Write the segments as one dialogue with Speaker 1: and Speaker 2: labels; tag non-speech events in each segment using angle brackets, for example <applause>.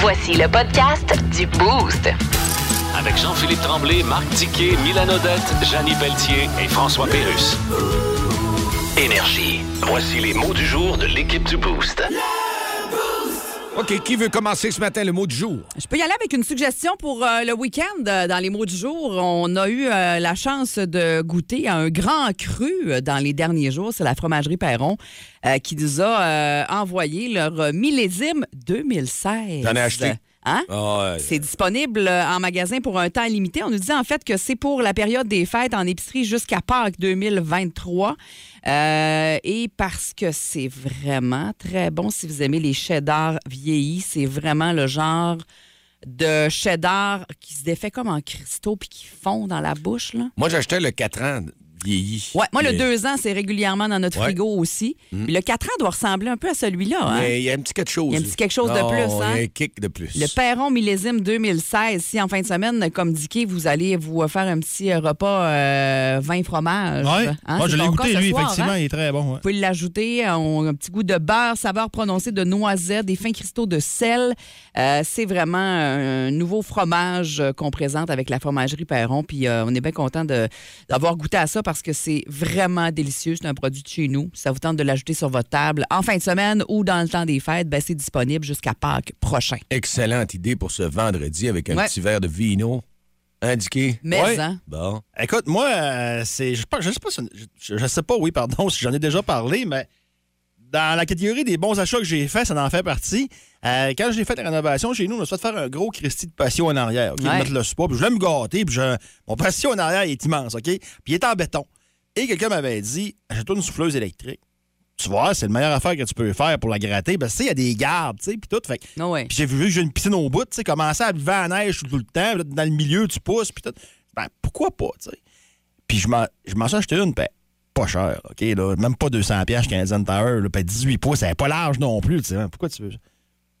Speaker 1: Voici le podcast du Boost.
Speaker 2: Avec Jean-Philippe Tremblay, Marc Tiquet, Milan Odette, Janine Pelletier et François Pérus. Énergie. Voici les mots du jour de l'équipe du Boost.
Speaker 3: OK, qui veut commencer ce matin le mot du jour?
Speaker 4: Je peux y aller avec une suggestion pour euh, le week-end. Euh, Dans les mots du jour, on a eu euh, la chance de goûter à un grand cru euh, dans les derniers jours. C'est la fromagerie Perron euh, qui nous a euh, envoyé leur euh, millésime 2016.
Speaker 3: J'en ai acheté.
Speaker 4: Hein?
Speaker 3: Ah, ouais.
Speaker 4: C'est disponible euh, en magasin pour un temps limité. On nous dit en fait que c'est pour la période des fêtes en épicerie jusqu'à Pâques 2023. Euh, et parce que c'est vraiment très bon. Si vous aimez les cheddar vieillis, c'est vraiment le genre de cheddar qui se défait comme en cristaux puis qui fond dans la bouche. Là.
Speaker 3: Moi, j'achetais le 4 ans vieilli.
Speaker 4: Ouais, moi, le
Speaker 3: Mais-
Speaker 4: 2 ans, c'est régulièrement dans notre
Speaker 3: Ouais. Mmh.
Speaker 4: frigo aussi. Puis Le 4 ans doit ressembler un peu à celui-là. hein?
Speaker 3: Mais il y a un petit quelque chose.
Speaker 4: Il y a un petit quelque chose de
Speaker 3: Ah,
Speaker 4: plus, hein?
Speaker 3: Il y a un kick de plus.
Speaker 4: Le Perron millésime 2016. Si en fin de semaine, comme Dicky, vous allez vous faire un petit euh, repas euh, vin fromage.
Speaker 5: Ouais.
Speaker 4: Hein,
Speaker 5: Ah,
Speaker 4: c'est
Speaker 5: je l'ai
Speaker 4: ton cas
Speaker 5: goûté,
Speaker 4: ce
Speaker 5: lui,
Speaker 4: soir,
Speaker 5: effectivement,
Speaker 4: hein?
Speaker 5: il est très bon. ouais.
Speaker 4: Vous pouvez l'ajouter, euh, on- un petit goût de beurre, saveur prononcée de noisette, des fins cristaux de sel. Euh, c'est vraiment un nouveau fromage euh, qu'on présente avec la fromagerie Perron. Puis euh, on est bien content de- d'avoir goûté à ça parce que c'est vraiment délicieux. C'est un produit de chez nous. Ça vous tente de l'ajouter sur votre table en fin de semaine ou dans le temps des fêtes. Ben, c'est disponible jusqu'à Pâques prochain.
Speaker 3: Excellente idée pour ce vendredi avec un
Speaker 4: Ouais.
Speaker 3: petit verre de vino indiqué.
Speaker 4: Mais,
Speaker 5: Ouais.
Speaker 4: hein?
Speaker 3: Bon.
Speaker 5: Écoute, moi, euh, c'est, je, pense- je sais pas, si- je, je sais pas, oui, pardon, <laughs> si j'en ai déjà parlé, mais dans la catégorie des bons achats que j'ai faits, ça en fait partie. Euh, quand j'ai fait la rénovation chez nous, on a fait faire un gros Christie de patio en arrière, OK? de
Speaker 4: Ouais.
Speaker 5: Mettre le spa, puis je voulais me gâter, puis je- mon patio en arrière est immense, OK? Puis il est en béton. Et quelqu'un m'avait dit, achète-toi une souffleuse électrique. Tu vois, c'est la meilleure affaire que tu peux faire pour la gratter, parce que, tu sais, il y a des gardes, tu sais, puis tout. Fait que
Speaker 4: Non, ouais.
Speaker 5: Puis j'ai vu que j'ai une piscine au bout, tu sais, commencer à vivre en neige tout, tout le temps, puis là, dans le milieu, tu pousses, puis tout. Ben, pourquoi pas, tu sais? Puis je m'en je m'en suis acheté une, ben, pas cher, OK, là, même pas 200 pièges Canadian Tower, là, ben 18 pouces, elle est pas large non plus, tu sais, hein, pourquoi tu veux ça?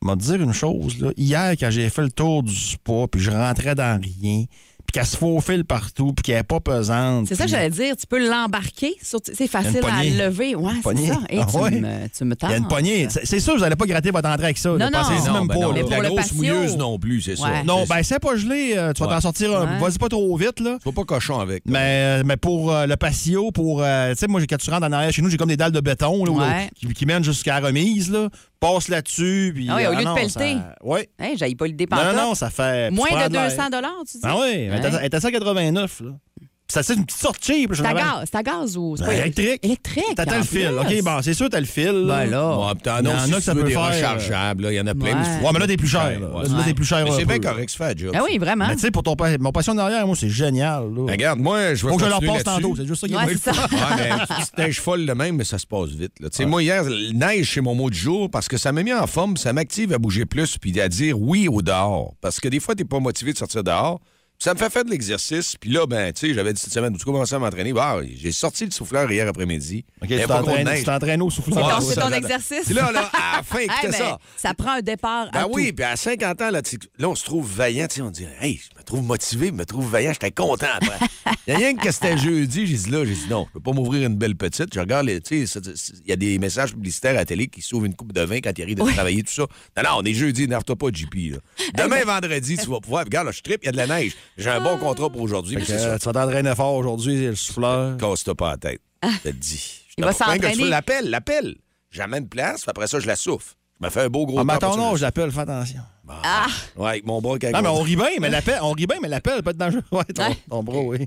Speaker 5: Je vais te dire une chose, là, hier, quand j'ai fait le tour du spa, puis je rentrais dans rien, puis qu'elle se faufile partout, puis qu'elle est pas pesante.
Speaker 4: C'est ça que
Speaker 5: puis-
Speaker 4: j'allais dire. Tu peux l'embarquer. sur- C'est facile à
Speaker 5: poignée.
Speaker 4: lever. Ouais, c'est
Speaker 5: poignée.
Speaker 4: ça. Et
Speaker 5: Ah
Speaker 4: tu,
Speaker 5: ouais.
Speaker 4: me, tu
Speaker 5: Il
Speaker 4: me
Speaker 5: y a une
Speaker 4: tardes.
Speaker 5: poignée. C'est c'est sûr, vous n'allez pas gratter votre entrée avec ça. là,
Speaker 4: Non, non.
Speaker 5: pensez-y
Speaker 4: Ah. Non,
Speaker 5: même
Speaker 3: ben
Speaker 5: pas,
Speaker 3: non,
Speaker 5: là.
Speaker 4: Mais pour
Speaker 3: la
Speaker 4: le
Speaker 3: grosse
Speaker 4: patio.
Speaker 3: mouilleuse non plus, c'est
Speaker 4: Ouais.
Speaker 3: ça.
Speaker 5: Non,
Speaker 3: C'est-
Speaker 5: ben c'est pas gelé, euh, tu vas
Speaker 3: Ouais.
Speaker 5: t'en sortir un.
Speaker 4: Ouais.
Speaker 5: Vas-y pas trop vite, là.
Speaker 3: Sois pas cochon avec.
Speaker 5: Mais, euh, mais pour euh, le patio, pour. euh, tu sais, moi, j'ai- quand tu rentres en arrière chez nous, j'ai comme des dalles de béton là, où-
Speaker 4: Ouais.
Speaker 5: qui, qui mènent jusqu'à la remise, là. Passe là-dessus, puis. euh,
Speaker 4: Ah oui, au lieu de pelleter.
Speaker 5: Oui.
Speaker 4: Hey, j'aille pas le
Speaker 5: Non,
Speaker 4: dépenser.
Speaker 5: non, ça fait. tu
Speaker 4: Moins
Speaker 5: prends
Speaker 4: de
Speaker 5: l'air.
Speaker 4: 200 tu dis?
Speaker 5: Ah oui, elle était-
Speaker 4: Ouais.
Speaker 5: elle était à 189, là. Puis Ça, c'est une petite sortie, cheap. je
Speaker 4: C'est à
Speaker 5: l'avais-
Speaker 4: gaz, c'est à gaz ou... c'est
Speaker 5: ah Ben,
Speaker 4: pas-
Speaker 5: électrique.
Speaker 4: Électrique.
Speaker 5: T'attends
Speaker 4: en
Speaker 5: le fil.
Speaker 4: plus.
Speaker 5: OK, bon, c'est sûr, t'as le fil. là.
Speaker 4: Ben là.
Speaker 3: Bon, putain,
Speaker 5: Il y en
Speaker 3: non, si
Speaker 5: a que
Speaker 3: tu
Speaker 5: ça
Speaker 3: veux
Speaker 5: peut
Speaker 3: des
Speaker 5: faire, euh,
Speaker 3: rechargeables, là, il y en a plein.
Speaker 4: Ouais.
Speaker 3: mais c'est-
Speaker 5: Ouais, mais là, t'es plus cher. Là,
Speaker 3: Ouais.
Speaker 5: Là, t'es plus cher.
Speaker 3: Mais
Speaker 5: un
Speaker 3: c'est bien
Speaker 5: peu.
Speaker 3: correct, ça fait la job.
Speaker 4: Ah oui, vraiment.
Speaker 5: Mais Ben, tu sais, pour ton, pa- mon patient derrière, moi, c'est génial. Là.
Speaker 3: Hein? Ben, Regarde, moi, je vais
Speaker 5: Faut que je leur
Speaker 3: continuer
Speaker 5: passe
Speaker 3: là-dessus.
Speaker 5: tantôt. C'est juste ça qui est
Speaker 4: Ouais,
Speaker 5: le
Speaker 4: c'est ça.
Speaker 5: fun.
Speaker 3: Ouais, mais
Speaker 4: <laughs>
Speaker 3: petite neige folle le même, mais ça se passe vite. là. Tu sais, Moi, hier, neige, c'est mon mot du jour parce que ça m'a mis en forme, ça m'active à bouger plus puis à dire oui au dehors. Parce que des fois, t'es pas motivé de sortir dehors. Puis Ça me fait faire de l'exercice. Puis là, ben, tu sais, j'avais dit cette semaine, du coup, commencé à m'entraîner. Bah, j'ai sorti le souffleur hier après-midi.
Speaker 5: OK,
Speaker 3: Il y
Speaker 5: tu
Speaker 3: avait pas gros de
Speaker 5: t'entraînes-
Speaker 3: neige.
Speaker 5: tu t'entraînes au Euh, souffle.
Speaker 3: Ouais,
Speaker 4: T'as
Speaker 3: ouais,
Speaker 4: fait
Speaker 3: ça,
Speaker 4: ton
Speaker 3: j'adore.
Speaker 4: exercice.
Speaker 3: Puis là, là,
Speaker 5: ah,
Speaker 4: <laughs>
Speaker 3: à la fin,
Speaker 4: Hey,
Speaker 3: écoutez
Speaker 4: ben,
Speaker 3: ça.
Speaker 4: Ça prend un départ à
Speaker 3: Ben
Speaker 4: tout.
Speaker 3: oui, puis à 50 ans, là, tu- là, on se trouve vaillant. tu sais, On dit, hey, je me trouve motivé, je me trouve vaillant, j'étais content après. Il y a rien que c'était jeudi, j'ai dit là, j'ai dit non, je peux pas m'ouvrir une belle petite. Je regarde, les- tu sais, ça- ça- il y a des messages publicitaires à la télé qui s'ouvrent une coupe de vin quand il arrive de travailler, tout ça. Non, non, on est jeudi, n'arrive-toi pas, JP. là. Demain, vendredi, tu vas pouvoir. Regarde, là, je tripe, il y a de la neige. J'ai un bon contrat pour aujourd'hui, mais
Speaker 5: Fait que,
Speaker 3: c'est
Speaker 5: euh,
Speaker 3: ça.
Speaker 5: tu vas t'entraîner fort aujourd'hui, le souffleur.
Speaker 3: Casse-toi pas la tête. Je te le dis. Je
Speaker 4: Il va
Speaker 3: t'en- Même quand tu
Speaker 4: s'entraîner.
Speaker 3: fais l'appel, l'appel. J'amène une place, puis après ça, je la souffle. Je me fais un beau gros.
Speaker 5: Ah, mais à
Speaker 3: corps
Speaker 5: ton
Speaker 3: pour ça,
Speaker 5: âge, l'appel, fais attention.
Speaker 3: Ah! Ouais, avec mon bras qui
Speaker 5: Non, mais on rit bien, mais l'appel, on rit bien, mais l'appel peut être dangereux. Ouais, ton,
Speaker 4: Ouais.
Speaker 5: ton bras,
Speaker 3: <laughs>
Speaker 5: oui.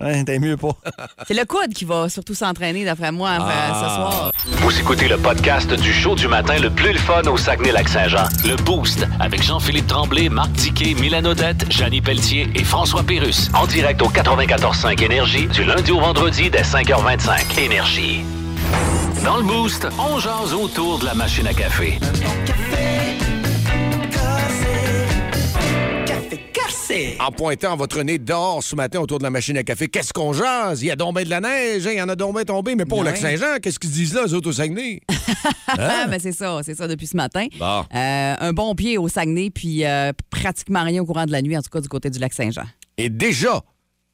Speaker 5: Ouais, t'es mieux pas.
Speaker 4: C'est le coude qui va surtout s'entraîner, d'après moi,
Speaker 5: Ah,
Speaker 4: enfin, ce soir.
Speaker 5: hein?
Speaker 2: Vous écoutez le podcast du show du matin le plus le fun au Saguenay-Lac-Saint-Jean. Le Boost avec Jean-Philippe Tremblay, Marc Tiquet, Milan Odette, Janine Pelletier et François Pérus. En direct au 94.5 Énergie du lundi au vendredi dès 5h25. Énergie. Dans le Boost, on jase autour de la machine à café.
Speaker 6: santé.
Speaker 3: En pointant votre nez dehors ce matin autour de la machine à café, qu'est-ce qu'on jase? Il y a donc bien de la neige, hein, il y en a donc bien tombé, mais pas au
Speaker 4: Ouais.
Speaker 3: Lac-Saint-Jean. Qu'est-ce qu'ils disent là, eux autres, au Saguenay?
Speaker 4: <laughs> Ah, ben c'est ça, c'est ça depuis ce matin.
Speaker 3: Bon.
Speaker 4: Euh, un bon pied au Saguenay, puis euh, pratiquement rien au courant de la nuit, en tout cas du côté du lac Saint-Jean.
Speaker 3: Et déjà,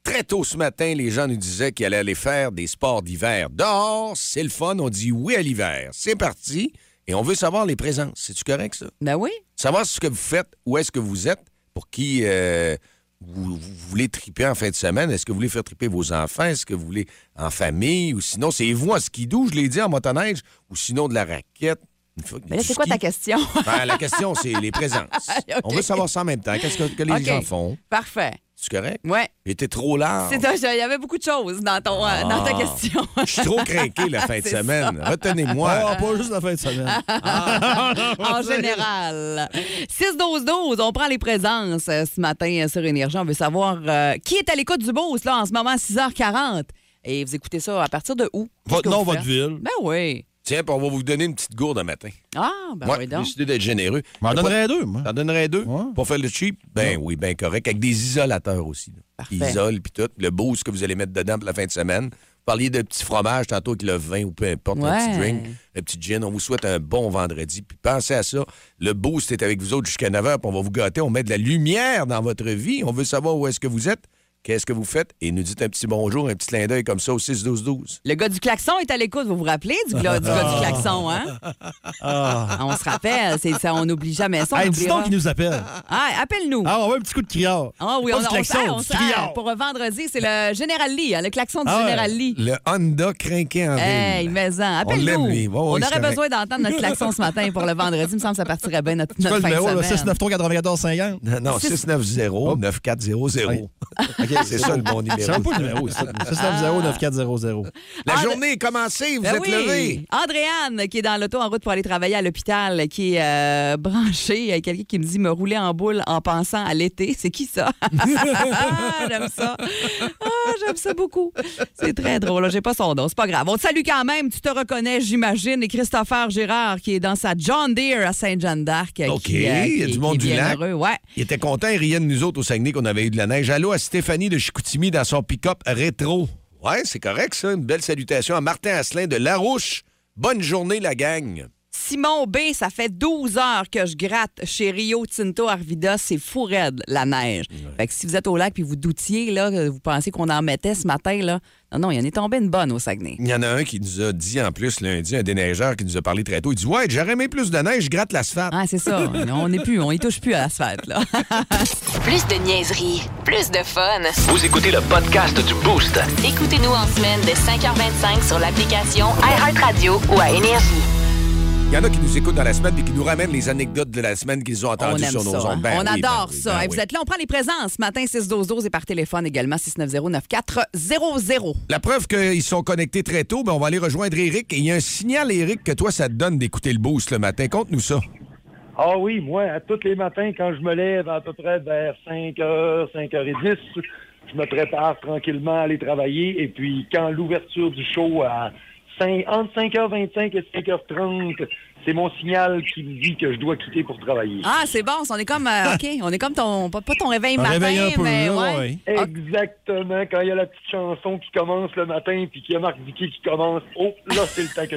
Speaker 3: très tôt ce matin, les gens nous disaient qu'ils allaient aller faire des sports d'hiver. Dehors, c'est le fun, on dit oui à l'hiver. C'est parti, et on veut savoir les présences. C'est-tu correct, ça?
Speaker 4: Ben oui.
Speaker 3: Savoir ce que vous faites, où est-ce que vous êtes, pour qui euh, vous, vous voulez triper en fin de semaine. Est-ce que vous voulez faire triper vos enfants? Est-ce que vous voulez en famille? Ou sinon, c'est vous en skidoo, je l'ai dit, en motoneige, ou sinon de la raquette. Une fois-
Speaker 4: Mais là,
Speaker 3: du
Speaker 4: c'est quoi
Speaker 3: ski.
Speaker 4: ta
Speaker 5: <laughs>
Speaker 4: question?
Speaker 3: Ben, la question, c'est les présences.
Speaker 4: <laughs> Ok.
Speaker 3: On veut savoir ça en même temps. Qu'est-ce que, que les
Speaker 4: OK.
Speaker 3: gens font?
Speaker 4: Parfait.
Speaker 3: C'est correct?
Speaker 4: Ouais.
Speaker 3: J'étais trop large.
Speaker 5: Ah.
Speaker 4: C'est ça, il y avait beaucoup de choses dans, ton, euh, dans ta
Speaker 3: Ah.
Speaker 4: question.
Speaker 3: Je suis trop craqué la fin de
Speaker 4: C'est
Speaker 3: semaine. Retenez-moi.
Speaker 5: Ah, pas juste la fin de semaine.
Speaker 4: <laughs>
Speaker 3: Ah.
Speaker 5: <laughs>
Speaker 4: en général. 6-12-12, on prend les présences euh, ce matin euh, sur Énergie. On veut savoir euh, qui est à l'écoute du Beauce là, en ce moment à 6h40. Et vous écoutez ça à partir de où?
Speaker 5: Votre
Speaker 4: Qu'est-ce que
Speaker 5: nom,
Speaker 4: vous
Speaker 5: votre
Speaker 4: faites?
Speaker 5: ville.
Speaker 4: Ben oui.
Speaker 3: Tiens, puis on va vous donner une petite gourde un matin.
Speaker 4: Ah, ben
Speaker 3: Moi,
Speaker 4: oui
Speaker 3: j'ai
Speaker 4: donc.
Speaker 3: décidé d'être généreux.
Speaker 5: M'en
Speaker 3: T'as pas-
Speaker 5: donnerais deux, moi.
Speaker 3: Hein? T'en donnerais deux
Speaker 5: Ouais.
Speaker 3: pour faire le cheap? Ben oui, ben correct. Avec des isolateurs aussi. là. Qui
Speaker 4: Parfait.
Speaker 3: isolent, puis tout. Le beau, ce que vous allez mettre dedans pour la fin de semaine. Vous parliez de petits fromages tantôt avec le vin ou peu importe, le
Speaker 4: Ouais.
Speaker 3: petit drink, le petit gin. On vous souhaite un bon vendredi. Puis pensez à ça. Le boost est avec vous autres jusqu'à 9 h. Puis on va vous gâter. On met de la lumière dans votre vie. On veut savoir où est-ce que vous êtes, qu'est-ce que vous faites. Et nous dites un petit bonjour, un petit clin d'œil comme ça au 6-12-12.
Speaker 4: Le gars du klaxon est à l'écoute, vous vous rappelez du, gla- du
Speaker 5: Ah.
Speaker 4: gars du klaxon, hein? On se rappelle, c'est ça, on n'oublie jamais ça. on
Speaker 5: Hey, dis
Speaker 4: oubliera.
Speaker 5: donc qu'il nous appelle.
Speaker 4: Ah, appelle-nous.
Speaker 5: Ah, on va un petit coup de criard.
Speaker 4: Ah oui,
Speaker 5: Pas
Speaker 4: on,
Speaker 5: du
Speaker 4: on
Speaker 5: klaxon,
Speaker 4: sert, on
Speaker 5: du
Speaker 4: sert.
Speaker 5: criard.
Speaker 4: Pour un vendredi, c'est le Général Lee, hein, le klaxon du
Speaker 5: Ah ouais. Ah,
Speaker 4: Général Lee.
Speaker 3: Le Honda crinqué en
Speaker 4: Hey,
Speaker 3: ville.
Speaker 4: mais-en,
Speaker 3: l'aime,
Speaker 4: appelle-nous.
Speaker 3: lui. Ouais, ouais,
Speaker 4: on
Speaker 3: c'est
Speaker 4: aurait
Speaker 3: correct.
Speaker 4: besoin d'entendre notre klaxon ce matin pour le vendredi. Il me semble que ça partirait bien notre,
Speaker 5: C'est
Speaker 4: notre
Speaker 5: quoi le
Speaker 4: fin de
Speaker 5: numéro, là?
Speaker 4: semaine.
Speaker 5: 693 94 50?
Speaker 3: Non,
Speaker 4: Oh.
Speaker 3: <laughs> 690-9400. C'est ça le bon
Speaker 5: C'est
Speaker 3: numéro.
Speaker 5: même pas le numéro, ça. 690 9400.
Speaker 3: La
Speaker 4: Ah,
Speaker 3: journée est commencée, vous
Speaker 4: Ben
Speaker 3: êtes
Speaker 4: oui.
Speaker 3: levés.
Speaker 4: Andréane, qui est dans l'auto en route pour aller travailler à l'hôpital, qui est euh, branchée. Il y a quelqu'un qui me dit me rouler en boule en pensant à l'été. <laughs> C'est qui ça? Ah, j'aime ça. Ah, j'aime ça beaucoup. C'est très drôle. J'ai pas son nom. C'est pas grave. On te salue quand même. Tu te reconnais, j'imagine. Et Christopher Gérard, qui est dans sa John Deere à Sainte-Jeanne d'Arc. euh,
Speaker 3: OK,
Speaker 4: qui, euh,
Speaker 3: il y a
Speaker 4: qui-
Speaker 3: du monde
Speaker 4: qui est
Speaker 3: du
Speaker 4: bien
Speaker 3: lac.
Speaker 4: heureux. Ouais.
Speaker 3: Il était content, il riait de nous autres au Saguenay qu'on avait eu de la neige. Allô à Stéphanie de Chicoutimi dans son pick-up rétro. Ouais, c'est correct, ça. Une belle salutation à Martin Asselin de Larouche. Bonne journée, la gang.
Speaker 4: Simon B, ça fait 12 heures que je gratte chez Rio Tinto Arvida. C'est fou raide, la neige. Fait que si vous êtes au lac puis vous doutiez, là, que vous pensez qu'on en mettait ce matin, là. Non, non, il en est tombé une bonne au Saguenay.
Speaker 3: Il y en a un qui nous a dit en plus lundi, un déneigeur qui nous a parlé très tôt. Il dit Ouais, j'aurais aimé plus de neige, je gratte l'asphalte.
Speaker 4: Ah, c'est
Speaker 3: <laughs>
Speaker 4: ça. on n'est plus, on y touche plus à l'asphalte, là.
Speaker 1: Plus de niaiserie, plus de fun.
Speaker 2: Vous écoutez le podcast du Boost.
Speaker 1: Écoutez-nous en semaine de 5h25 sur l'application iHeartRadio ou à Énergie.
Speaker 3: Il y en a qui nous écoutent dans la semaine et qui nous ramènent les anecdotes de la semaine qu'ils ont
Speaker 4: On
Speaker 3: entendues
Speaker 4: aime
Speaker 3: sur nos
Speaker 4: ça. hein.
Speaker 3: ondes. Ben
Speaker 4: on
Speaker 3: oui, ben
Speaker 4: adore
Speaker 3: oui,
Speaker 4: ça.
Speaker 3: ben
Speaker 4: Hey,
Speaker 3: oui.
Speaker 4: Vous êtes là, on prend les présences. Ce matin, 6-12-12 et par téléphone également, 690-9400.
Speaker 3: La preuve qu'ils sont connectés très tôt, ben on va aller rejoindre Eric. Et il y a un signal, Eric, que toi, ça te donne d'écouter le boost le matin. Conte-nous ça.
Speaker 7: Ah oui, moi, à tous les matins, quand je me lève à peu près vers 5h, 5h10, je me prépare tranquillement à aller travailler. Et puis, quand l'ouverture du show à 5, entre 5h25 et 5h30, c'est mon signal qui me dit que je dois quitter pour travailler.
Speaker 4: Ah, c'est bon. On est comme, euh, OK, on est comme ton, pas pas ton réveil
Speaker 5: On
Speaker 4: matin,
Speaker 5: réveille un peu,
Speaker 4: mais
Speaker 5: là,
Speaker 4: ouais.
Speaker 3: <laughs>
Speaker 5: ouais.
Speaker 4: Ah.
Speaker 7: Exactement, quand il y a la petite chanson qui commence le matin, puis qu'il y a Marc Dickey qui commence, oh, là, c'est le temps que je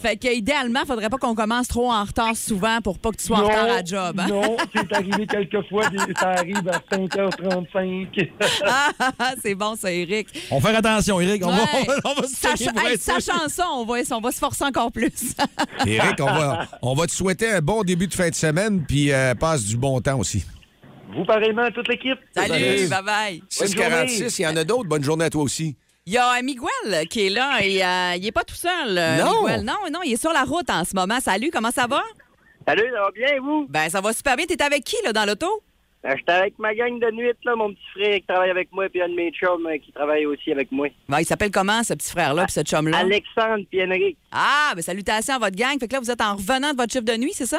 Speaker 4: <laughs> Fait que idéalement, faudrait pas qu'on commence trop en retard souvent pour pas que tu sois en
Speaker 7: Non,
Speaker 4: retard à la job. hein?
Speaker 7: Non, c'est arrivé quelquefois, ça arrive à 5h35.
Speaker 4: <laughs> Ah, c'est bon, ça, Eric.
Speaker 5: On va faire attention, Eric. On, va,
Speaker 4: Ouais.
Speaker 5: <laughs> on va se
Speaker 4: Sa,
Speaker 5: checker pour
Speaker 4: hey,
Speaker 5: être
Speaker 4: sa
Speaker 5: sûr.
Speaker 4: chanson, on va, on va se forcer encore plus. <laughs>
Speaker 3: Eric, on va, on va te souhaiter un bon début de fin de semaine, puis euh, passe du bon temps aussi.
Speaker 7: <laughs> Vous, pareillement, à toute l'équipe.
Speaker 4: Salut, bye bye.
Speaker 3: 646, il y en a d'autres. Bonne journée à toi aussi.
Speaker 4: Il y a euh, Miguel qui est là et euh, il est pas tout seul. euh,
Speaker 3: Non.
Speaker 4: Miguel. Non, non, il est sur la route en ce moment. Salut, comment ça va?
Speaker 8: Salut, ça va bien, vous?
Speaker 4: Ben, ça va super bien. T'es avec qui, là, dans l'auto?
Speaker 8: Ben, J'étais avec ma gang de nuit, là, mon petit frère qui travaille avec moi, puis un de mes chums euh, qui travaille aussi avec moi.
Speaker 4: Ben, il s'appelle comment, ce petit frère-là, puis ce chum-là?
Speaker 8: Alexandre Pienric.
Speaker 4: Ah, ben, salutations à votre gang. Fait que là, vous êtes en revenant de votre chiffre de nuit, c'est ça?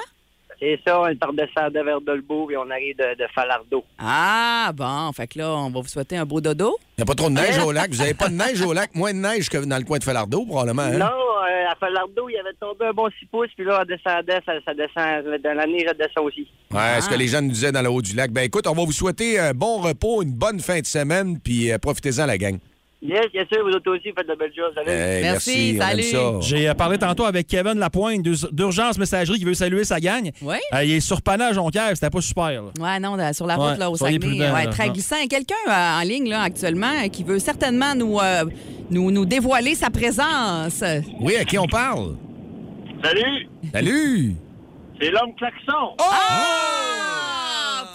Speaker 8: C'est ça, on part de Sarda vers Dolbeau, puis on arrive de, de Falardeau.
Speaker 4: Ah, bon, fait que là, on va vous souhaiter un beau dodo.
Speaker 3: Il n'y a pas trop de neige au lac. Vous n'avez pas de neige au lac. Moins de neige que dans le coin de Falardeau, probablement. hein?
Speaker 8: Non, euh, à Falardeau, il y avait tombé un bon 6 pouces, puis là, on descendait, ça, ça descend. Dans l'année, ça descend aussi.
Speaker 3: Ouais,
Speaker 4: Ah.
Speaker 3: ce que les gens nous disaient dans le haut du lac. Ben écoute, on va vous souhaiter un bon repos, une bonne fin de semaine, puis euh, profitez-en, la gang.
Speaker 8: Yes, bien sûr, vous autres aussi, faites de belles choses. Salut.
Speaker 3: Hey,
Speaker 4: Merci,
Speaker 3: on aime
Speaker 4: salut.
Speaker 3: ça.
Speaker 5: J'ai euh, parlé tantôt avec Kevin Lapointe d'Us- d'Urgence Messagerie qui veut saluer sa gang.
Speaker 4: Oui.
Speaker 5: Euh, il est sur Pana à Jonquière, c'était pas super. là.
Speaker 4: Ouais, non, dans- sur la route
Speaker 5: Ouais,
Speaker 4: là, au
Speaker 5: soyez
Speaker 4: Saguenay, euh,
Speaker 5: prudents,
Speaker 4: ouais,
Speaker 5: là.
Speaker 4: très
Speaker 5: Non.
Speaker 4: glissant. Et quelqu'un euh, en ligne là, actuellement euh, qui veut certainement nous, euh, nous, nous dévoiler sa présence.
Speaker 3: Oui, à qui on parle?
Speaker 7: Salut,
Speaker 3: Salut!
Speaker 7: c'est l'homme klaxon.
Speaker 8: Oh!
Speaker 4: Ah!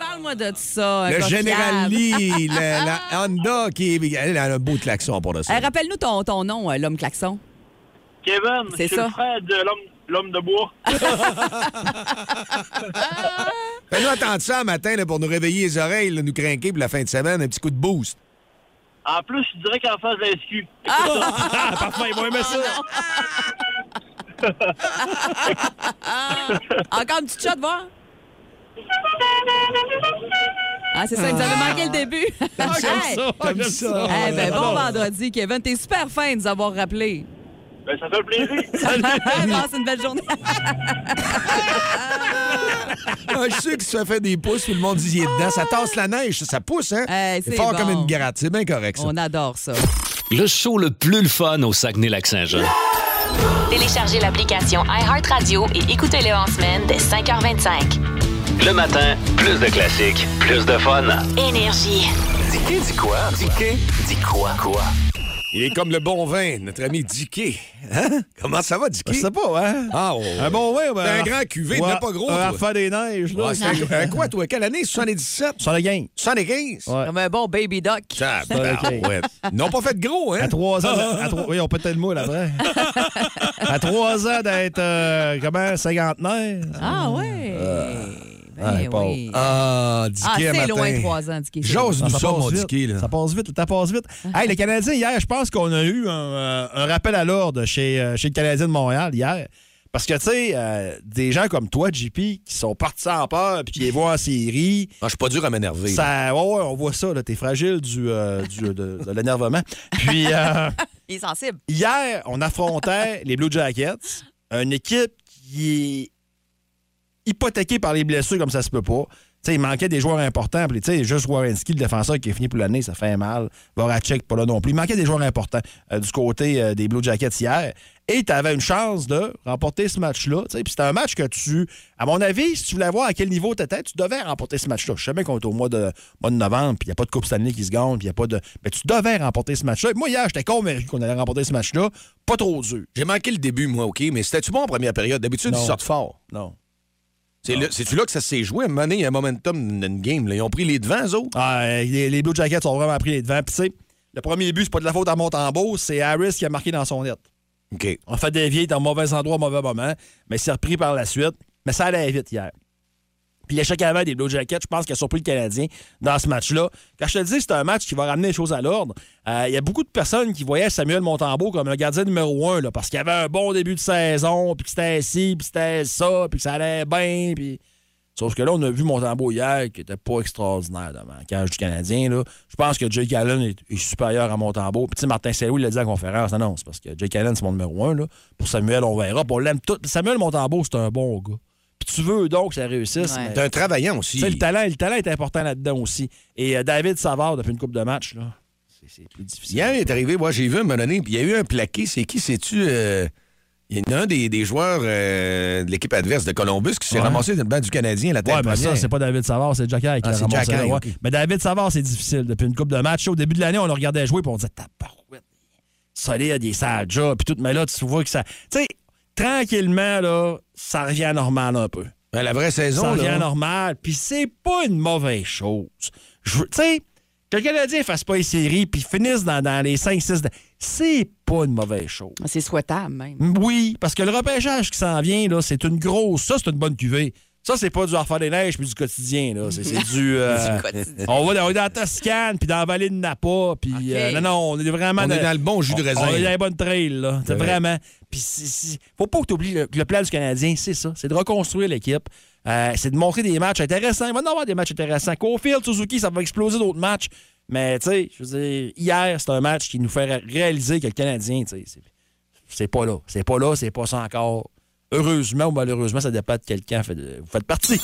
Speaker 4: Parle-moi de ça. euh, un
Speaker 3: Le
Speaker 4: coquillard.
Speaker 3: Général Lee, la, la Honda qui est. Elle a un beau klaxon pour
Speaker 4: Euh, <laughs>
Speaker 3: ça.
Speaker 4: Rappelle-nous ton, ton nom, euh, l'homme klaxon.
Speaker 7: Kevin,
Speaker 4: C'est ça.
Speaker 7: frère de l'homme- l'homme de bois.
Speaker 3: Fais-nous attendre ça un matin là, pour nous réveiller les oreilles, là, nous craquer pour la fin de semaine, un petit coup de boost.
Speaker 8: Ah!
Speaker 7: En plus, je dirais qu'en face de la SQ.
Speaker 5: Ah, parfait, ils vont aimer ça.
Speaker 4: Encore une petite shot, voir. Ah, c'est ça, il nous avait manqué le début. <laughs> Hey!
Speaker 5: Ah, J'aime ça.
Speaker 4: Eh ben, bon vendredi, Kevin. T'es super fin de nous avoir rappelé.
Speaker 5: <laughs>
Speaker 4: <laughs>
Speaker 7: Ben, ça fait plaisir.
Speaker 9: <laughs>
Speaker 4: Passe une belle journée.
Speaker 3: Ah, je suis que ça fait des pouces, tout le monde dit il est dedans. Ça tasse la neige, ça, ça pousse, hein?
Speaker 4: Hey, c'est
Speaker 3: fort
Speaker 4: bon.
Speaker 3: comme une gratte, c'est bien correct, ça.
Speaker 4: On adore ça.
Speaker 2: Le show le plus le fun au Saguenay-Lac-Saint-Jean.
Speaker 1: Téléchargez l'application iHeartRadio et écoutez-le en semaine dès 5h25.
Speaker 2: Le matin, plus de classiques, plus de fun.
Speaker 1: Énergie.
Speaker 2: Dis dis quoi? Dis dis quoi? Quoi?
Speaker 3: Il est comme le bon vin, notre ami Dicky. Hein? Comment ça va, Dicky?
Speaker 5: Je sais pas, hein?
Speaker 3: Ah, oh.
Speaker 5: Un bon ouais,
Speaker 3: T'es un grand cuvée, t'es pas gros,
Speaker 5: Un
Speaker 3: toi.
Speaker 5: refaire des neiges, là.
Speaker 3: Ouais, c'est un-
Speaker 5: Euh,
Speaker 3: un quoi, toi? Quelle année? 77?
Speaker 5: Sur la gang.
Speaker 3: 75?
Speaker 5: Ouais.
Speaker 4: Comme un bon baby duck.
Speaker 3: Tabarouette.
Speaker 5: <laughs>
Speaker 3: Ils n'ont pas fait gros, hein?
Speaker 5: À trois ans. <laughs> de- à trois- oui, on peut être le moule après. à trois ans d'être, euh, comment, cinquantenaire.
Speaker 4: Ah ouais.
Speaker 5: ouais,
Speaker 4: ben,
Speaker 5: pauvre.
Speaker 4: oui.
Speaker 3: Euh, Ah,
Speaker 4: Ah,
Speaker 3: Dicky, un
Speaker 4: c'est
Speaker 3: matin.
Speaker 4: loin de trois ans, Dicky.
Speaker 3: J'ose nous
Speaker 5: Ça
Speaker 3: ça,
Speaker 5: passe
Speaker 3: mon
Speaker 5: vite.
Speaker 3: Dicky, là.
Speaker 5: Ça passe vite, le temps passe vite. Hey, les Canadiens, hier, je pense qu'on a eu un, euh, un rappel à l'ordre chez, euh, chez le Canadien de Montréal hier. Parce que, tu sais, euh, des gens comme toi, JP, qui sont partis en peur puis qui les voient en série,
Speaker 3: Ah, je suis pas dur à m'énerver. là.
Speaker 5: ça, ouais, ouais, on voit ça, là, t'es fragile du, euh, du- de, de l'énervement. Puis, euh,
Speaker 4: Il est sensible.
Speaker 5: hier, on affrontait les Blue Jackets, une équipe qui est hypothéquée par les blessures comme ça se peut pas. Tu sais, il manquait des joueurs importants. Puis, tu sais, juste Warrenski, le défenseur qui est fini pour l'année, ça fait mal. Voracek, pas là non plus. Il manquait des joueurs importants euh, du côté euh, des Blue Jackets hier. Et tu avais une chance de remporter ce match-là. Tu sais, Puis, c'était un match que tu, à mon avis, si tu voulais voir à quel niveau tu étais, tu devais remporter ce match-là. Je sais bien qu'on est au mois de, mois de novembre, puis il n'y a pas de Coupe Stanley qui se gagne, puis il n'y a pas de. Mais tu devais remporter ce match-là. Et Moi, hier, j'étais convaincu qu'on allait remporter ce match-là. Pas trop dur.
Speaker 3: J'ai manqué le début, moi, OK, mais c'était-tu bon en première période? D'habitude,
Speaker 5: Non.
Speaker 3: ils sortent fort.
Speaker 5: Non.
Speaker 3: C'est là- C'est-tu là que ça s'est joué? À un moment donné, il y a un momentum d'une game. là. Ils ont pris les devants, eux autres.
Speaker 5: Ah, euh, les, les Blue Jackets ont vraiment pris les devants. Puis, tu sais, le premier but, c'est pas de la faute à Montembeau, c'est Harris qui a marqué dans son net.
Speaker 3: OK.
Speaker 5: On fait dévier dans un mauvais endroit, au mauvais moment, mais c'est repris par la suite. Mais ça allait vite hier. Puis l'échec avant des Blue Jackets, je pense qu'il a surpris le Canadien dans ce match-là. Quand je te dis c'est un match qui va ramener les choses à l'ordre, euh, il y a beaucoup de personnes qui voyaient Samuel Montembeau comme le gardien numéro un, là, parce qu'il avait un bon début de saison, puis que c'était ci, puis c'était ça, puis que ça allait bien, puis... Sauf que là, on a vu Montembeau hier qui était pas extraordinaire devant le cage du Canadien. Là. Je pense que Jake Allen est, est supérieur à Montembeau. Puis tu sais, Martin Saint-Louis l'a dit en conférence. Non, non, c'est parce que Jake Allen, c'est mon numéro un. Là. Pour Samuel, on verra. Puis on l'aime tout. Samuel Montembeau, c'est un bon gars. Puis tu veux donc que ça réussisse.
Speaker 4: Ouais.
Speaker 5: mais-
Speaker 3: T'es un travaillant aussi.
Speaker 5: tu sais, le talent, le talent est important là-dedans aussi. Et euh, David Savard, depuis une coupe de match, là, c'est- c'est plus difficile.
Speaker 3: Hier, il est arrivé, moi, j'ai vu un moment donné, puis il y a eu un plaqué. C'est qui, sais-tu? euh, Il y en a un des, des joueurs euh, de l'équipe adverse de Columbus qui s'est
Speaker 5: Ouais.
Speaker 3: ramassé dans le banc du Canadien la tête
Speaker 5: Ouais, mais
Speaker 3: première.
Speaker 5: ça, c'est pas David Savard, c'est Jack High qui
Speaker 3: Ah,
Speaker 5: l'a
Speaker 3: c'est
Speaker 5: ramassé
Speaker 3: Jack
Speaker 5: là,
Speaker 3: High,
Speaker 5: ouais.
Speaker 3: ok.
Speaker 5: Mais David Savard, c'est difficile. Depuis une coupe de match, au début de l'année, on le regardait jouer et on disait Tabarouette, solide, il est sale job, puis tout. Mais là, tu vois que ça. Tu sais, tranquillement, là, ça revient à normal un peu.
Speaker 3: Ben, la vraie
Speaker 5: Ça
Speaker 3: saison,
Speaker 5: revient
Speaker 3: là.
Speaker 5: à normal, puis c'est pas une mauvaise chose. Je veux- Tu sais, que le Canadien fasse pas les séries puis finisse dans, dans les 5-6, c'est pas une mauvaise chose.
Speaker 4: C'est souhaitable, même.
Speaker 5: Oui, parce que le repêchage qui s'en vient, là, c'est une grosse. Ça, c'est une bonne cuvée. Ça, c'est pas du refaire des neiges puis du quotidien. Là. C'est, c'est
Speaker 4: <laughs>
Speaker 5: du. euh, on, va, on est dans la Toscane puis dans la vallée de Napa. Puis,
Speaker 4: OK.
Speaker 5: euh, non, non, on est vraiment.
Speaker 3: On est dans le bon jus
Speaker 5: On,
Speaker 3: de
Speaker 5: on est dans
Speaker 3: raisin.
Speaker 5: les bonnes trails. Là. C'est
Speaker 3: vrai.
Speaker 5: vraiment. Puis c'est- c'est- faut pas que tu oublies le, le plan du Canadien, c'est ça. C'est de reconstruire l'équipe. Euh, c'est de montrer des matchs intéressants. Il va y en avoir des matchs intéressants. Cofield, Suzuki, ça va exploser d'autres matchs. Mais, tu sais, je veux dire, hier, c'est un match qui nous fait ré- réaliser que le Canadien, tu sais, c'est- c'est pas là. C'est pas là, c'est pas ça encore. Heureusement ou malheureusement, ça dépend de quelqu'un. Vous faites partie.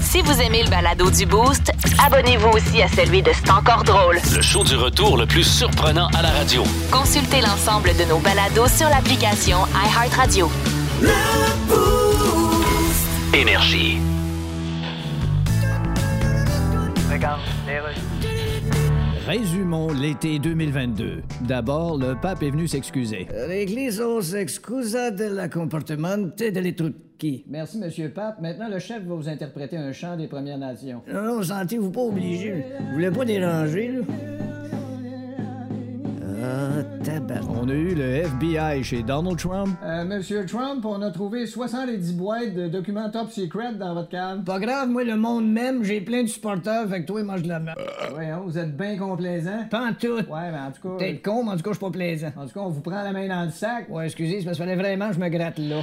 Speaker 1: Si vous aimez le balado du Boost, abonnez-vous aussi à celui de C'est encore drôle.
Speaker 2: Le show du retour le plus surprenant à la radio.
Speaker 1: Consultez l'ensemble de nos balados sur l'application iHeartRadio.
Speaker 2: Énergie.
Speaker 6: Résumons l'été 2022. D'abord, le pape est venu s'excuser.
Speaker 9: L'Église s'excusa de la comportement de l'Etrucchi. Merci, Monsieur Pape. Maintenant, le chef va vous interpréter un chant des Premières Nations. Non, non, sentez-vous pas obligé. Vous voulez pas déranger, là? Ah, tabac.
Speaker 6: On a eu le FBI chez Donald Trump.
Speaker 9: Euh, Monsieur Trump, on a trouvé 70 boîtes de documents top secret dans votre cave. Pas grave, moi, le monde même, j'ai plein de supporters, fait que toi, mange de la merde. Voyons, hein, vous êtes bien complaisant. Pas en tout. Ouais, mais en tout cas. T'es con, mais en tout cas, je suis pas plaisant. En tout cas, on vous prend la main dans le sac. Ouais, excusez, c'est parce que fallait vraiment que je me gratte là.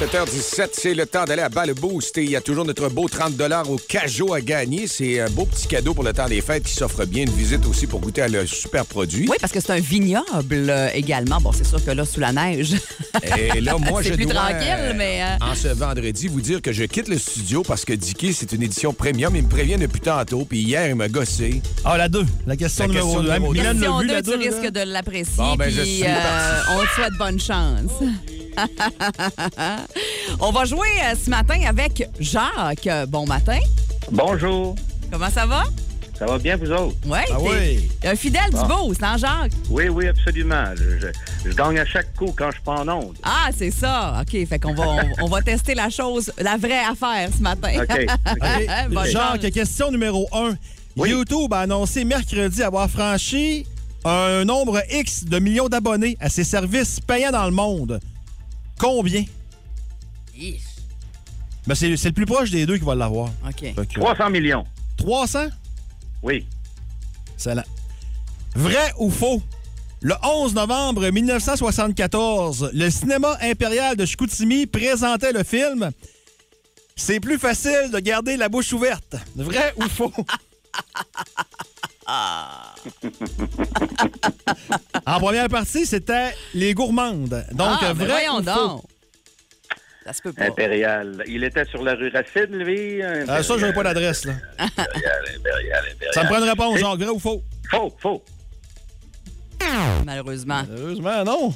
Speaker 3: 7h17, c'est le temps d'aller à Bas le Boost et il y a toujours notre beau 30 au Cajot à gagner. C'est un beau petit cadeau pour le temps des fêtes qui s'offre bien. Une visite aussi pour goûter à le super produit.
Speaker 4: Oui, parce que c'est un vignoble euh, également. Bon, c'est sûr que là, sous la neige.
Speaker 3: Et <laughs> là,
Speaker 4: <laughs>
Speaker 3: moi,
Speaker 4: C'est
Speaker 3: je
Speaker 4: plus
Speaker 3: dois,
Speaker 4: tranquille, mais, euh,
Speaker 3: en ce vendredi, vous dire que je quitte le studio parce que Dicky, c'est une édition premium. Il me prévient depuis tantôt, puis hier, il m'a gossé.
Speaker 5: Ah, la 2. La question
Speaker 3: La
Speaker 5: numéro
Speaker 3: question
Speaker 5: 2.
Speaker 3: numéro deux.
Speaker 5: Milan
Speaker 4: si
Speaker 5: l'a
Speaker 4: on
Speaker 5: vu,
Speaker 4: a,
Speaker 5: la
Speaker 4: tu
Speaker 5: deux, là.
Speaker 4: risques de l'apprécier.
Speaker 3: Bon, ben, je
Speaker 4: puis, euh,
Speaker 3: suis parti.
Speaker 4: on te souhaite bonne chance. <laughs> on va jouer euh, ce matin avec Jacques. Bon matin.
Speaker 8: Bonjour.
Speaker 4: Comment ça va?
Speaker 8: Ça va bien, vous autres?
Speaker 4: Oui,
Speaker 5: Ah
Speaker 4: t'es
Speaker 5: oui.
Speaker 4: un fidèle
Speaker 3: Ah.
Speaker 4: du beau, c'est en Jacques.
Speaker 8: Oui, oui, absolument. Je, je- je gagne à chaque coup quand je suis pas en onde.
Speaker 4: Ah, c'est ça. OK, fait qu'on va, on, on va tester la chose, la vraie affaire ce matin. <laughs>
Speaker 8: OK.
Speaker 4: Bonne
Speaker 5: Jacques,
Speaker 4: chance.
Speaker 5: question numéro 1.
Speaker 8: Oui.
Speaker 5: YouTube a annoncé mercredi avoir franchi un nombre X de millions d'abonnés à ses services payants dans le monde. Combien? Ben, c'est c'est le plus proche des deux qui va l'avoir.
Speaker 4: OK.
Speaker 5: Fait que-
Speaker 8: 300 millions.
Speaker 5: 300?
Speaker 8: Oui.
Speaker 5: Excellent. Vrai ou faux? Le 11 novembre 1974, le cinéma impérial de Chicoutimi présentait le film C'est plus facile de garder la bouche ouverte. Vrai ou faux? en première partie, c'était Les Gourmandes. Donc,
Speaker 4: ah, ben
Speaker 5: vrai
Speaker 4: voyons
Speaker 5: ou faux?
Speaker 4: donc. Ça se peut pas.
Speaker 8: Impérial. Il était sur la rue Racine, lui.
Speaker 4: Ah.
Speaker 5: Euh, ça, je n'ai pas d'adresse. là.
Speaker 8: Impérial, impérial, impérial.
Speaker 5: Ça me prend une réponse, genre vrai ou faux?
Speaker 8: Faux, faux.
Speaker 4: Malheureusement.
Speaker 5: Heureusement, non.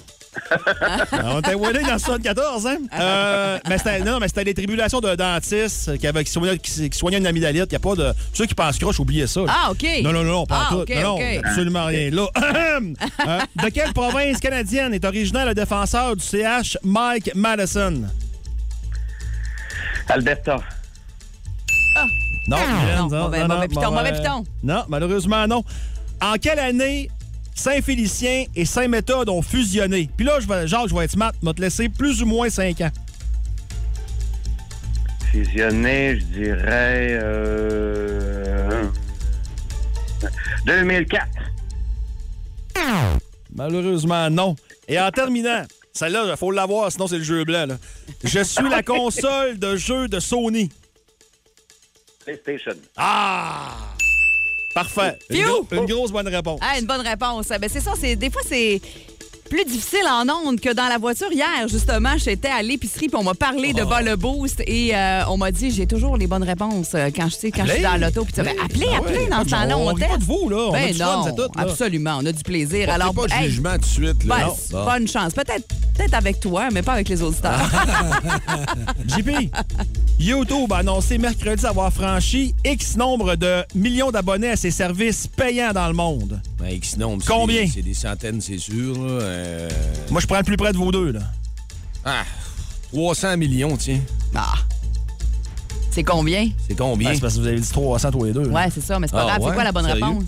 Speaker 5: <laughs> on était wallé dans 74,
Speaker 4: <laughs>
Speaker 5: hein?
Speaker 4: Ah.
Speaker 5: Euh, mais c'était, non, mais c'était les tribulations de dentistes qui, avaient, qui, soignaient, qui- qui soignaient une amygdalite. Il a pas de. Ceux qui pensent croche, oubliez ça. là.
Speaker 4: Ah, OK.
Speaker 5: Non, non, non, pas
Speaker 4: Ah,
Speaker 5: tout.
Speaker 4: OK,
Speaker 5: non, non,
Speaker 4: OK.
Speaker 5: absolument rien.
Speaker 4: <laughs>
Speaker 5: Là, Euh, de quelle province canadienne est originaire le défenseur du CH Mike Madison?
Speaker 8: Alberta.
Speaker 5: Non, Mylène,
Speaker 4: non, mauvais- mauvais piton, ben, mauvais piton.
Speaker 5: Non, malheureusement, non. En quelle année Saint-Félicien et Saint-Méthode ont fusionné? Puis là, je vais, Jacques, je vais être smart, je vais te laisser plus ou moins 5 ans.
Speaker 8: Fusionné, je dirais. euh, 2004.
Speaker 5: Malheureusement, non. Et en terminant, celle-là, il faut l'avoir, sinon c'est le jeu blanc. là. Je suis la console de jeu de Sony.
Speaker 8: PlayStation.
Speaker 5: Ah! Parfait. Une,
Speaker 4: Phew!
Speaker 5: gro- une grosse bonne réponse.
Speaker 4: Ah, une bonne réponse. Ben, c'est ça, c'est des fois c'est plus difficile en ondes que dans la voiture. Hier, justement, j'étais à l'épicerie puis on m'a parlé
Speaker 5: Ah.
Speaker 4: de bas le boost et euh, on m'a dit j'ai toujours les bonnes réponses euh, quand je sais quand je suis dans
Speaker 5: Appelez.
Speaker 4: l'auto puis tu dis, ben, appelez,
Speaker 5: Ah ouais,
Speaker 4: appelez dans ce
Speaker 5: écoute,
Speaker 4: temps-là,
Speaker 5: on
Speaker 4: on
Speaker 5: rit pas
Speaker 4: teste.
Speaker 5: de vous, là. On a
Speaker 4: Ben
Speaker 5: du fun,
Speaker 4: non,
Speaker 5: c'est tout, là.
Speaker 4: absolument, on a du plaisir.
Speaker 3: Portez
Speaker 4: Alors
Speaker 3: pas de
Speaker 4: hey,
Speaker 3: jugement tout de suite. Là.
Speaker 4: ben,
Speaker 3: Non. Bon.
Speaker 4: bonne chance. Peut-être peut-être avec toi, mais pas avec les auditeurs.
Speaker 5: Ah.
Speaker 4: <laughs>
Speaker 5: JP, YouTube a annoncé mercredi avoir franchi X nombre de millions d'abonnés à ses services payants dans le monde.
Speaker 3: Ben, X nombre, c'est
Speaker 5: Combien?
Speaker 3: des- C'est des centaines, c'est sûr. là. Euh,
Speaker 5: Moi, je prends le plus près de vous deux, là.
Speaker 3: Ah, 300 millions, tiens.
Speaker 4: Ah. <laughs> C'est combien
Speaker 3: C'est combien?
Speaker 5: Ah, c'est parce que vous avez dit 300 tous les deux. là.
Speaker 4: Ouais, c'est ça, mais c'est pas
Speaker 3: Ah,
Speaker 4: grave, c'est
Speaker 3: ouais?
Speaker 4: quoi la bonne
Speaker 3: Sérieux?
Speaker 4: réponse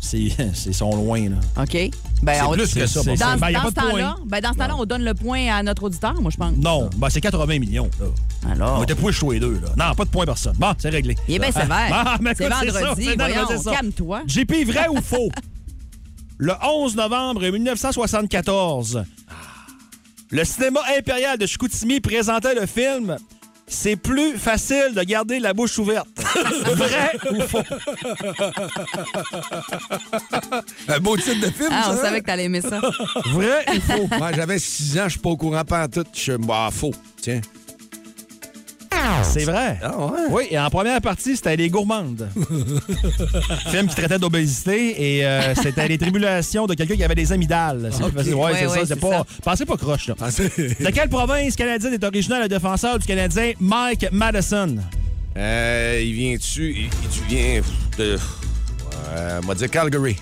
Speaker 5: C'est, <laughs> c'est son loin, là.
Speaker 4: OK. Ben on
Speaker 3: plus que ça,
Speaker 5: c'est-
Speaker 3: pour
Speaker 4: dans,
Speaker 5: Ben, y a
Speaker 4: dans
Speaker 5: pas
Speaker 4: ce
Speaker 5: de point.
Speaker 4: temps-là, ben, dans ce temps-là, on donne le point à notre auditeur, moi je pense.
Speaker 5: Non, ben, c'est 80 millions, là.
Speaker 4: Alors.
Speaker 5: On était push tous les deux, là. Non, pas de point personne. Bon, c'est réglé.
Speaker 4: Il est
Speaker 5: <laughs>
Speaker 4: bien sévère.
Speaker 5: Ah, mais
Speaker 4: C'est
Speaker 5: écoute, ça,
Speaker 4: vendredi,
Speaker 5: c'est vendredi,
Speaker 4: voyons,
Speaker 5: c'est ça.
Speaker 4: calme-toi.
Speaker 5: JP, vrai ou faux? <laughs> Le 11 novembre 1974, le cinéma impérial de Chicoutimi présentait le film C'est plus facile de garder la bouche ouverte. <laughs> vrai ou faux?
Speaker 3: Un beau titre de <laughs> film,
Speaker 4: Ah, on
Speaker 3: ça.
Speaker 4: savait que t'allais
Speaker 5: <laughs>
Speaker 4: aimer ça.
Speaker 3: Vrai ou faux? Moi, j'avais 6 ans, je suis pas au courant pas en tout. Je suis bah, faux. Tiens.
Speaker 5: C'est vrai.
Speaker 3: Ah ouais?
Speaker 5: Oui, et en première partie, c'était Les Gourmandes. film qui traitait d'obésité et euh, c'était les tribulations de quelqu'un qui avait des amygdales. C'est plus facile. Ouais,
Speaker 4: Ouais,
Speaker 5: c'est
Speaker 4: ouais,
Speaker 5: ça. c'est
Speaker 4: c'est
Speaker 5: pas... Pensez pas croche, là.
Speaker 3: Ah, c'est- <laughs>
Speaker 5: De quelle province canadienne est originaire le défenseur du Canadien Mike Madison?
Speaker 3: Euh, il vient-tu? Il, il vient de. Euh, on va dire Calgary.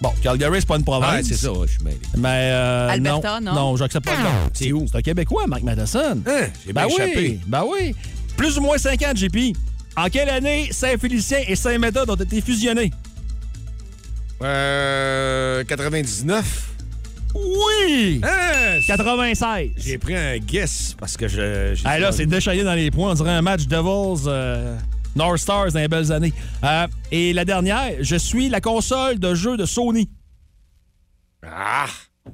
Speaker 5: Bon, Calgary, c'est pas une province.
Speaker 3: Ouais, c'est ça, ouais, je suis mêlé.
Speaker 5: Mais euh,
Speaker 4: Alberta,
Speaker 5: non.
Speaker 4: non?
Speaker 5: j'accepte pas. Non. C'est où? C'est un Québécois, Mike Madison.
Speaker 3: Hein, j'ai
Speaker 5: ben
Speaker 3: bien
Speaker 5: oui,
Speaker 3: échappé.
Speaker 5: ben oui. Plus ou moins 5 ans, JP. En quelle année Saint-Félicien et Saint-Méthode ont été fusionnés?
Speaker 3: Euh, 99.
Speaker 5: Oui!
Speaker 3: Hein?
Speaker 5: 96.
Speaker 3: J'ai pris un guess parce que je. j'ai-
Speaker 5: Ah là, c'est déchaîné dans les points. On dirait un match Devils euh, North Stars dans les belles années. Euh, et la dernière, je suis la console de jeu de Sony.
Speaker 3: Ah!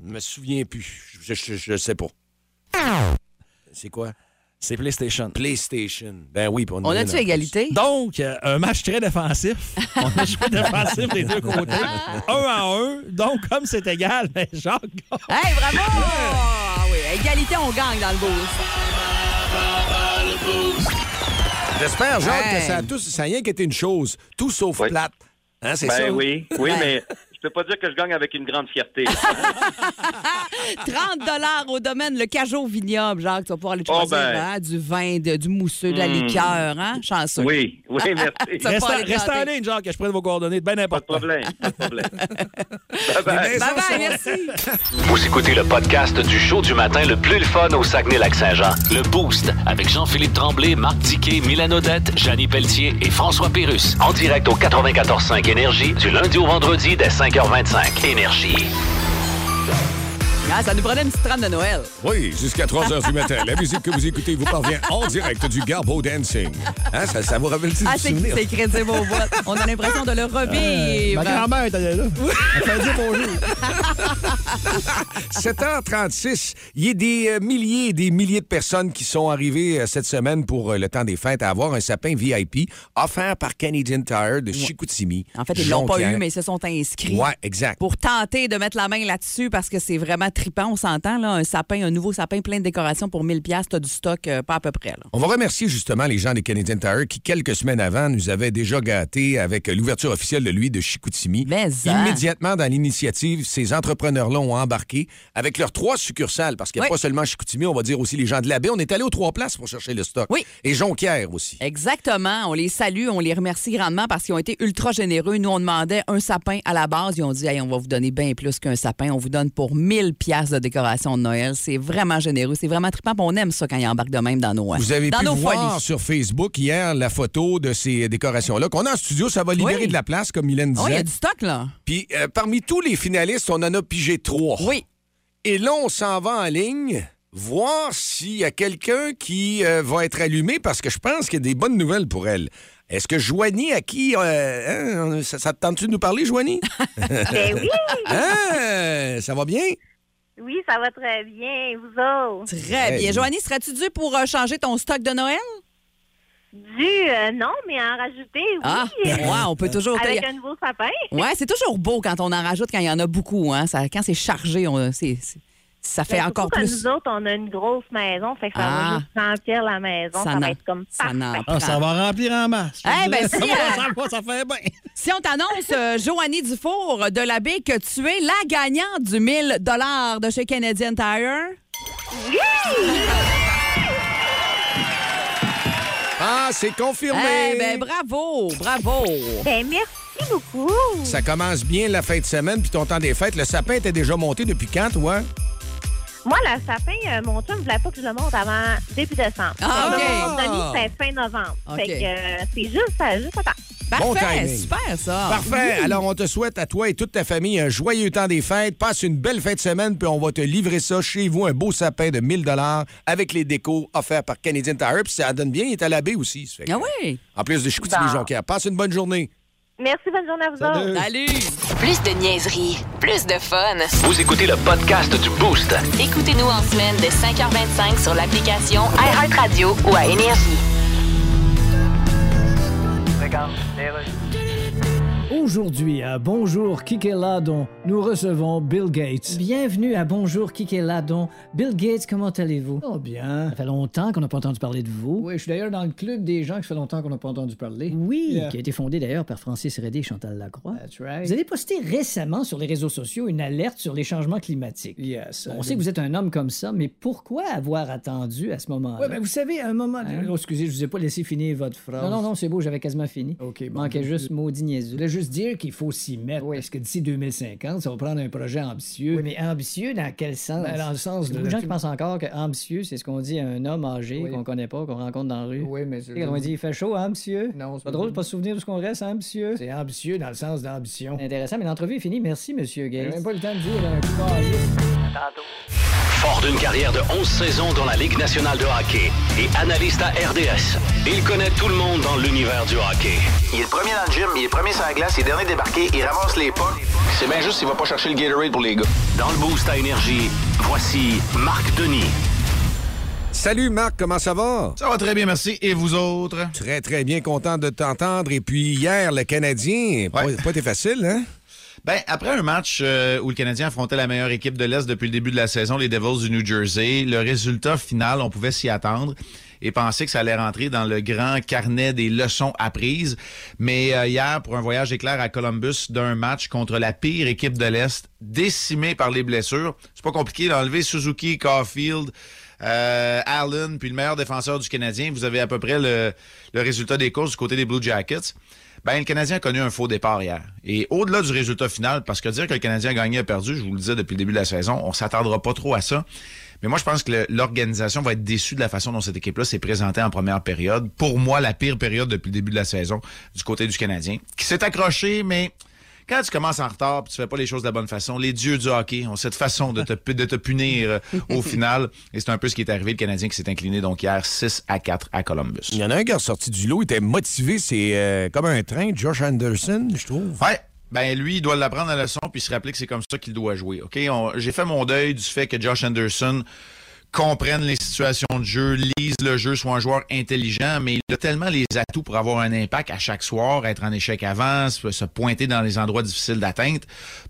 Speaker 3: Je me souviens plus. Je, je, je sais pas. C'est quoi?
Speaker 5: C'est PlayStation.
Speaker 3: PlayStation. Ben oui, puis
Speaker 4: On
Speaker 3: est
Speaker 4: a-tu
Speaker 3: là.
Speaker 4: égalité?
Speaker 5: Donc, euh, un match très défensif. On a joué défensif des deux côtés. Un à un. Donc, comme c'est égal, ben, Jacques gagne.
Speaker 4: Hey, bravo! Ah oui, égalité, on gagne dans le boost.
Speaker 3: J'espère, Ah, Jacques,
Speaker 4: Hey.
Speaker 3: que ça a, tous, ça a rien qu'était une chose. Tout sauf
Speaker 8: Oui.
Speaker 3: plate. Hein, c'est
Speaker 8: Ben
Speaker 3: ça?
Speaker 8: oui, oui, mais je peux pas dire que je gagne avec une grande fierté.
Speaker 4: Ah, 30 au domaine, le cajot vignoble, Jacques. Tu vas pouvoir aller
Speaker 8: Oh,
Speaker 4: choisir
Speaker 8: ben.
Speaker 4: hein, du vin, de- du mousseux, de la
Speaker 8: Hmm.
Speaker 4: liqueur, hein? Chanceux.
Speaker 8: oui,
Speaker 4: <laughs>
Speaker 8: oui,
Speaker 4: Ça-
Speaker 8: merci.
Speaker 5: Reste,
Speaker 4: pas aller
Speaker 5: reste en
Speaker 4: gratter.
Speaker 5: ligne, Jacques, que je prenne vos coordonnées. Ben
Speaker 8: Pas de
Speaker 5: n'importe quoi.
Speaker 8: problème, pas de
Speaker 4: <laughs>
Speaker 8: problème. Bye
Speaker 4: Bye
Speaker 8: bye.
Speaker 4: bye, merci.
Speaker 2: Vous écoutez le podcast du show du matin le plus le fun au Saguenay-Lac-Saint-Jean. Le Boost avec Jean-Philippe Tremblay, Marc Diquet, Milan Odette, Janine Pelletier et François Pérus. En direct au 94.5 Énergie du lundi au vendredi dès 5h25. Énergie.
Speaker 4: Ah, ça nous prenait une petite trame de Noël.
Speaker 3: Oui, jusqu'à 3 h du matin. La musique que vous écoutez vous parvient en direct du Garbo Dancing. Hein, ça, ça vous rappelle
Speaker 4: Ah,
Speaker 3: le
Speaker 4: c'est
Speaker 3: souvenir?
Speaker 4: c'est crédible au vote. On a l'impression de le revivre.
Speaker 5: Ma grand-mère était là. Elle fait dire bonjour.
Speaker 3: 7h36, il y a des euh, milliers et des milliers de personnes qui sont arrivées euh, cette semaine pour euh, le temps des fêtes à avoir un sapin VIP offert par Canadian Tire de Chicoutimi.
Speaker 4: en fait, ils l'ont pas
Speaker 3: Jonquière.
Speaker 4: eu, mais ils se sont inscrits.
Speaker 3: Ouais, exact.
Speaker 4: Pour tenter de mettre la main là-dessus parce que c'est vraiment tripant, on s'entend là, un sapin, un nouveau sapin plein de décorations pour 1000 pièces, t'as du stock euh, pas à peu près là.
Speaker 3: On va remercier justement les gens des Canadian Tire qui, quelques semaines avant, nous avaient déjà gâtés avec l'ouverture officielle de lui de Chicoutimi.
Speaker 4: Mais hein. ça.
Speaker 3: Immédiatement dans l'initiative, ces entrepreneurs-là ont embarqué avec leurs trois succursales, parce qu'il n'y a
Speaker 4: Oui.
Speaker 3: pas seulement Chicoutimi, on va dire aussi les gens de l'abbé. On est allé aux trois places pour chercher le stock.
Speaker 4: Oui.
Speaker 3: Et Jonquière aussi.
Speaker 4: Exactement, on les salue, on les remercie grandement parce qu'ils ont été ultra généreux. Nous on demandait un sapin à la base, ils ont dit Hey, on va vous donner bien plus qu'un sapin, on vous donne pour 1000 pièces de décoration de Noël, c'est vraiment généreux, c'est vraiment tripant, puis on aime ça quand ils embarquent de même dans nos
Speaker 3: Vous avez
Speaker 4: dans
Speaker 3: pu
Speaker 4: nos
Speaker 3: voir
Speaker 4: folies.
Speaker 3: sur Facebook hier la photo de ces décorations-là qu'on a en studio. Ça va libérer
Speaker 4: Oui.
Speaker 3: de la place, comme Mylène
Speaker 4: Oh, il y
Speaker 3: disait.
Speaker 4: a du stock là.
Speaker 3: Puis euh, parmi tous les finalistes, on en a pigé trois.
Speaker 4: Oui.
Speaker 3: Et là, on s'en va en ligne voir s'il y a quelqu'un qui euh, va être allumé parce que je pense qu'il y a des bonnes nouvelles pour elle. Est-ce que Joanie, à qui. euh, hein, ça, ça te tente-tu de nous
Speaker 4: <laughs>
Speaker 3: parler, Joanie?
Speaker 10: Ben
Speaker 3: Hein, ça va bien?
Speaker 10: Oui, ça va très bien. Vous autres?
Speaker 4: Très
Speaker 3: Hey.
Speaker 4: bien. Joanie, seras-tu due pour euh, changer ton stock de Noël?
Speaker 10: Du, euh, non, mais en rajouter, oui. euh,
Speaker 4: Ah, ouais, on peut toujours.
Speaker 10: Avec un nouveau sapin.
Speaker 4: Ouais, c'est toujours beau quand on en rajoute, quand il y en a beaucoup. Hein. Ça, quand c'est chargé, on, c'est- c'est- ça fait
Speaker 10: Mais Ben, surtout
Speaker 4: encore
Speaker 10: que
Speaker 4: plus.
Speaker 10: Nous autres, on a une grosse maison, fait que ça
Speaker 4: Ah.
Speaker 10: va juste remplir la maison. Ça,
Speaker 4: n'en-
Speaker 10: va être comme
Speaker 4: ça n'en
Speaker 10: parfait.
Speaker 3: Ah,
Speaker 4: prend.
Speaker 5: ça va remplir en masse.
Speaker 4: Eh ben, si, euh,
Speaker 5: ça, va, ça fait bien.
Speaker 4: Si on t'annonce, euh, Joanie Dufour de l'abbé, que tu es la gagnante du 1000 de chez Canadian Tire.
Speaker 3: Ah, c'est
Speaker 4: Eh
Speaker 3: confirmé!
Speaker 4: ben, bravo, bravo.
Speaker 10: Ben, merci beaucoup.
Speaker 3: ça commence bien la fin de semaine, puis ton temps des fêtes. Le sapin était déjà monté depuis quand, toi?
Speaker 10: Moi, le sapin, euh, mon chum ne voulait pas que je le monte avant début décembre.
Speaker 4: Ah,
Speaker 10: Fait que
Speaker 4: OK.
Speaker 10: mon ami, c'est fin novembre.
Speaker 4: OK.
Speaker 10: Fait que euh, c'est juste, à- juste à temps.
Speaker 4: Parfait,
Speaker 3: Bon timing.
Speaker 4: super ça.
Speaker 3: Parfait.
Speaker 4: Oui.
Speaker 3: Alors, on te souhaite à toi et toute ta famille un joyeux temps des fêtes. Passe une belle fin de semaine, puis on va te livrer ça chez vous, un beau sapin de 1000 avec les décos offerts par Canadian Tire. Puis ça en donne bien, il est à la baie aussi. ça fait que-
Speaker 10: Ah oui?
Speaker 3: En plus de Chicoutimi
Speaker 10: Bon.
Speaker 3: Jonquière. Passe une bonne journée.
Speaker 10: Merci, bonne journée à vous
Speaker 3: Salut.
Speaker 10: autres.
Speaker 1: Plus de niaiserie, plus de fun.
Speaker 2: Vous écoutez le podcast du Boost.
Speaker 1: Écoutez-nous en semaine de 5h25 sur l'application iHeartRadio ou à Énergie.
Speaker 11: Aujourd'hui à Bonjour Kikeladon, nous recevons Bill Gates.
Speaker 9: Bienvenue à Bonjour Kikeladon. Bill Gates, comment allez-vous? Oh bien.
Speaker 11: Ça fait longtemps qu'on n'a pas entendu parler de vous.
Speaker 9: Oui, je suis d'ailleurs dans le club des gens que ça fait longtemps qu'on n'a pas entendu parler.
Speaker 11: Oui,
Speaker 9: Yeah.
Speaker 11: qui a été fondé d'ailleurs par Francis Redé et Chantal Lacroix.
Speaker 9: That's right.
Speaker 11: Vous avez posté récemment sur les réseaux sociaux une alerte sur les changements climatiques.
Speaker 9: Yes. euh,
Speaker 11: Bon,
Speaker 9: I
Speaker 11: on sait
Speaker 9: did.
Speaker 11: que vous êtes un homme comme ça, mais pourquoi avoir attendu à ce moment-là?
Speaker 9: Ouais, ben, vous savez, à un moment.
Speaker 11: Hein?
Speaker 9: Oh, excusez, je vous ai pas laissé finir votre phrase.
Speaker 11: Non, non, non, c'est beau, j'avais quasiment fini.
Speaker 9: OK, bon. ben,
Speaker 11: Manquait juste maudit niaiseux.
Speaker 9: Je voulais juste dire qu'il faut s'y mettre, parce que d'ici 2050, ça va prendre un projet ambitieux.
Speaker 11: Oui, mais ambitieux dans quel sens?
Speaker 9: Ben, dans le sens
Speaker 11: Il y a
Speaker 9: de-
Speaker 11: beaucoup de gens
Speaker 9: de-
Speaker 11: qui pensent encore que ambitieux, c'est ce qu'on dit à un homme âgé
Speaker 9: Oui.
Speaker 11: qu'on connaît pas, qu'on rencontre dans la rue.
Speaker 9: Oui, mais...
Speaker 11: Tu sais, quand on dit, il fait chaud, hein, monsieur?
Speaker 9: Non,
Speaker 11: C'est pas drôle de pas se souvenir de ce qu'on reste, hein, monsieur?
Speaker 9: C'est ambitieux dans le sens d'ambition.
Speaker 11: Intéressant, mais l'entrevue est finie. Merci, monsieur Gates.
Speaker 9: J'ai même pas le temps de dire un coup
Speaker 2: Fort d'une carrière de 11 saisons dans la Ligue nationale de hockey et analyste à RDS, il connaît tout le monde dans l'univers du hockey.
Speaker 12: Il est le premier dans le gym, il est premier sur la glace, il est dernier débarqué, il ramasse les pas. C'est bien juste s'il va pas chercher le Gatorade pour les gars.
Speaker 2: Dans le Boost à Énergie, voici Marc Denis.
Speaker 3: Salut Marc, comment ça va?
Speaker 13: Ça va très bien, merci. Et vous autres?
Speaker 3: Très, très bien, content de t'entendre. Et puis hier, le Canadien, pas, pas été facile, hein?
Speaker 13: Ben, après un match euh, où le Canadien affrontait la meilleure équipe de l'Est depuis le début de la saison, les Devils du New Jersey, le résultat final, on pouvait s'y attendre et penser que ça allait rentrer dans le grand carnet des leçons apprises. Mais euh, hier, pour un voyage éclair à Columbus d'un match contre la pire équipe de l'Est, décimée par les blessures, c'est pas compliqué d'enlever Suzuki, Caulfield, euh, Allen, puis le meilleur défenseur du Canadien. Vous avez à peu près le, le résultat des courses du côté des Blue Jackets. Ben, le Canadien a connu un faux départ hier. Et au-delà du résultat final, parce que dire que le Canadien a gagné a perdu, je vous le disais depuis le début de la saison, on s'attendra pas trop à ça. Mais moi, je pense que le- l'organisation va être déçue de la façon dont cette équipe-là s'est présentée en première période. Pour moi, la pire période depuis le début de la saison du côté du Canadien, qui s'est accroché, mais quand tu commences en retard puis tu fais pas les choses de la bonne façon, les dieux du hockey ont cette façon de te, pu- de te punir euh, au final. Et c'est un peu ce qui est arrivé. Le Canadien qui s'est incliné donc hier 6 à 4 à Columbus.
Speaker 3: Il y en a un qui est sorti du lot, il était motivé, c'est euh, comme un train, Josh Anderson, je trouve.
Speaker 13: Ouais. Ben lui, il doit l'apprendre la leçon puis se rappeler que c'est comme ça qu'il doit jouer. OK? On- J'ai fait mon deuil du fait que Josh Anderson comprenne les situations de jeu, lise le jeu, soit un joueur intelligent, mais il a tellement les atouts pour avoir un impact à chaque soir, être en échec avant, se se pointer dans les endroits difficiles d'atteinte.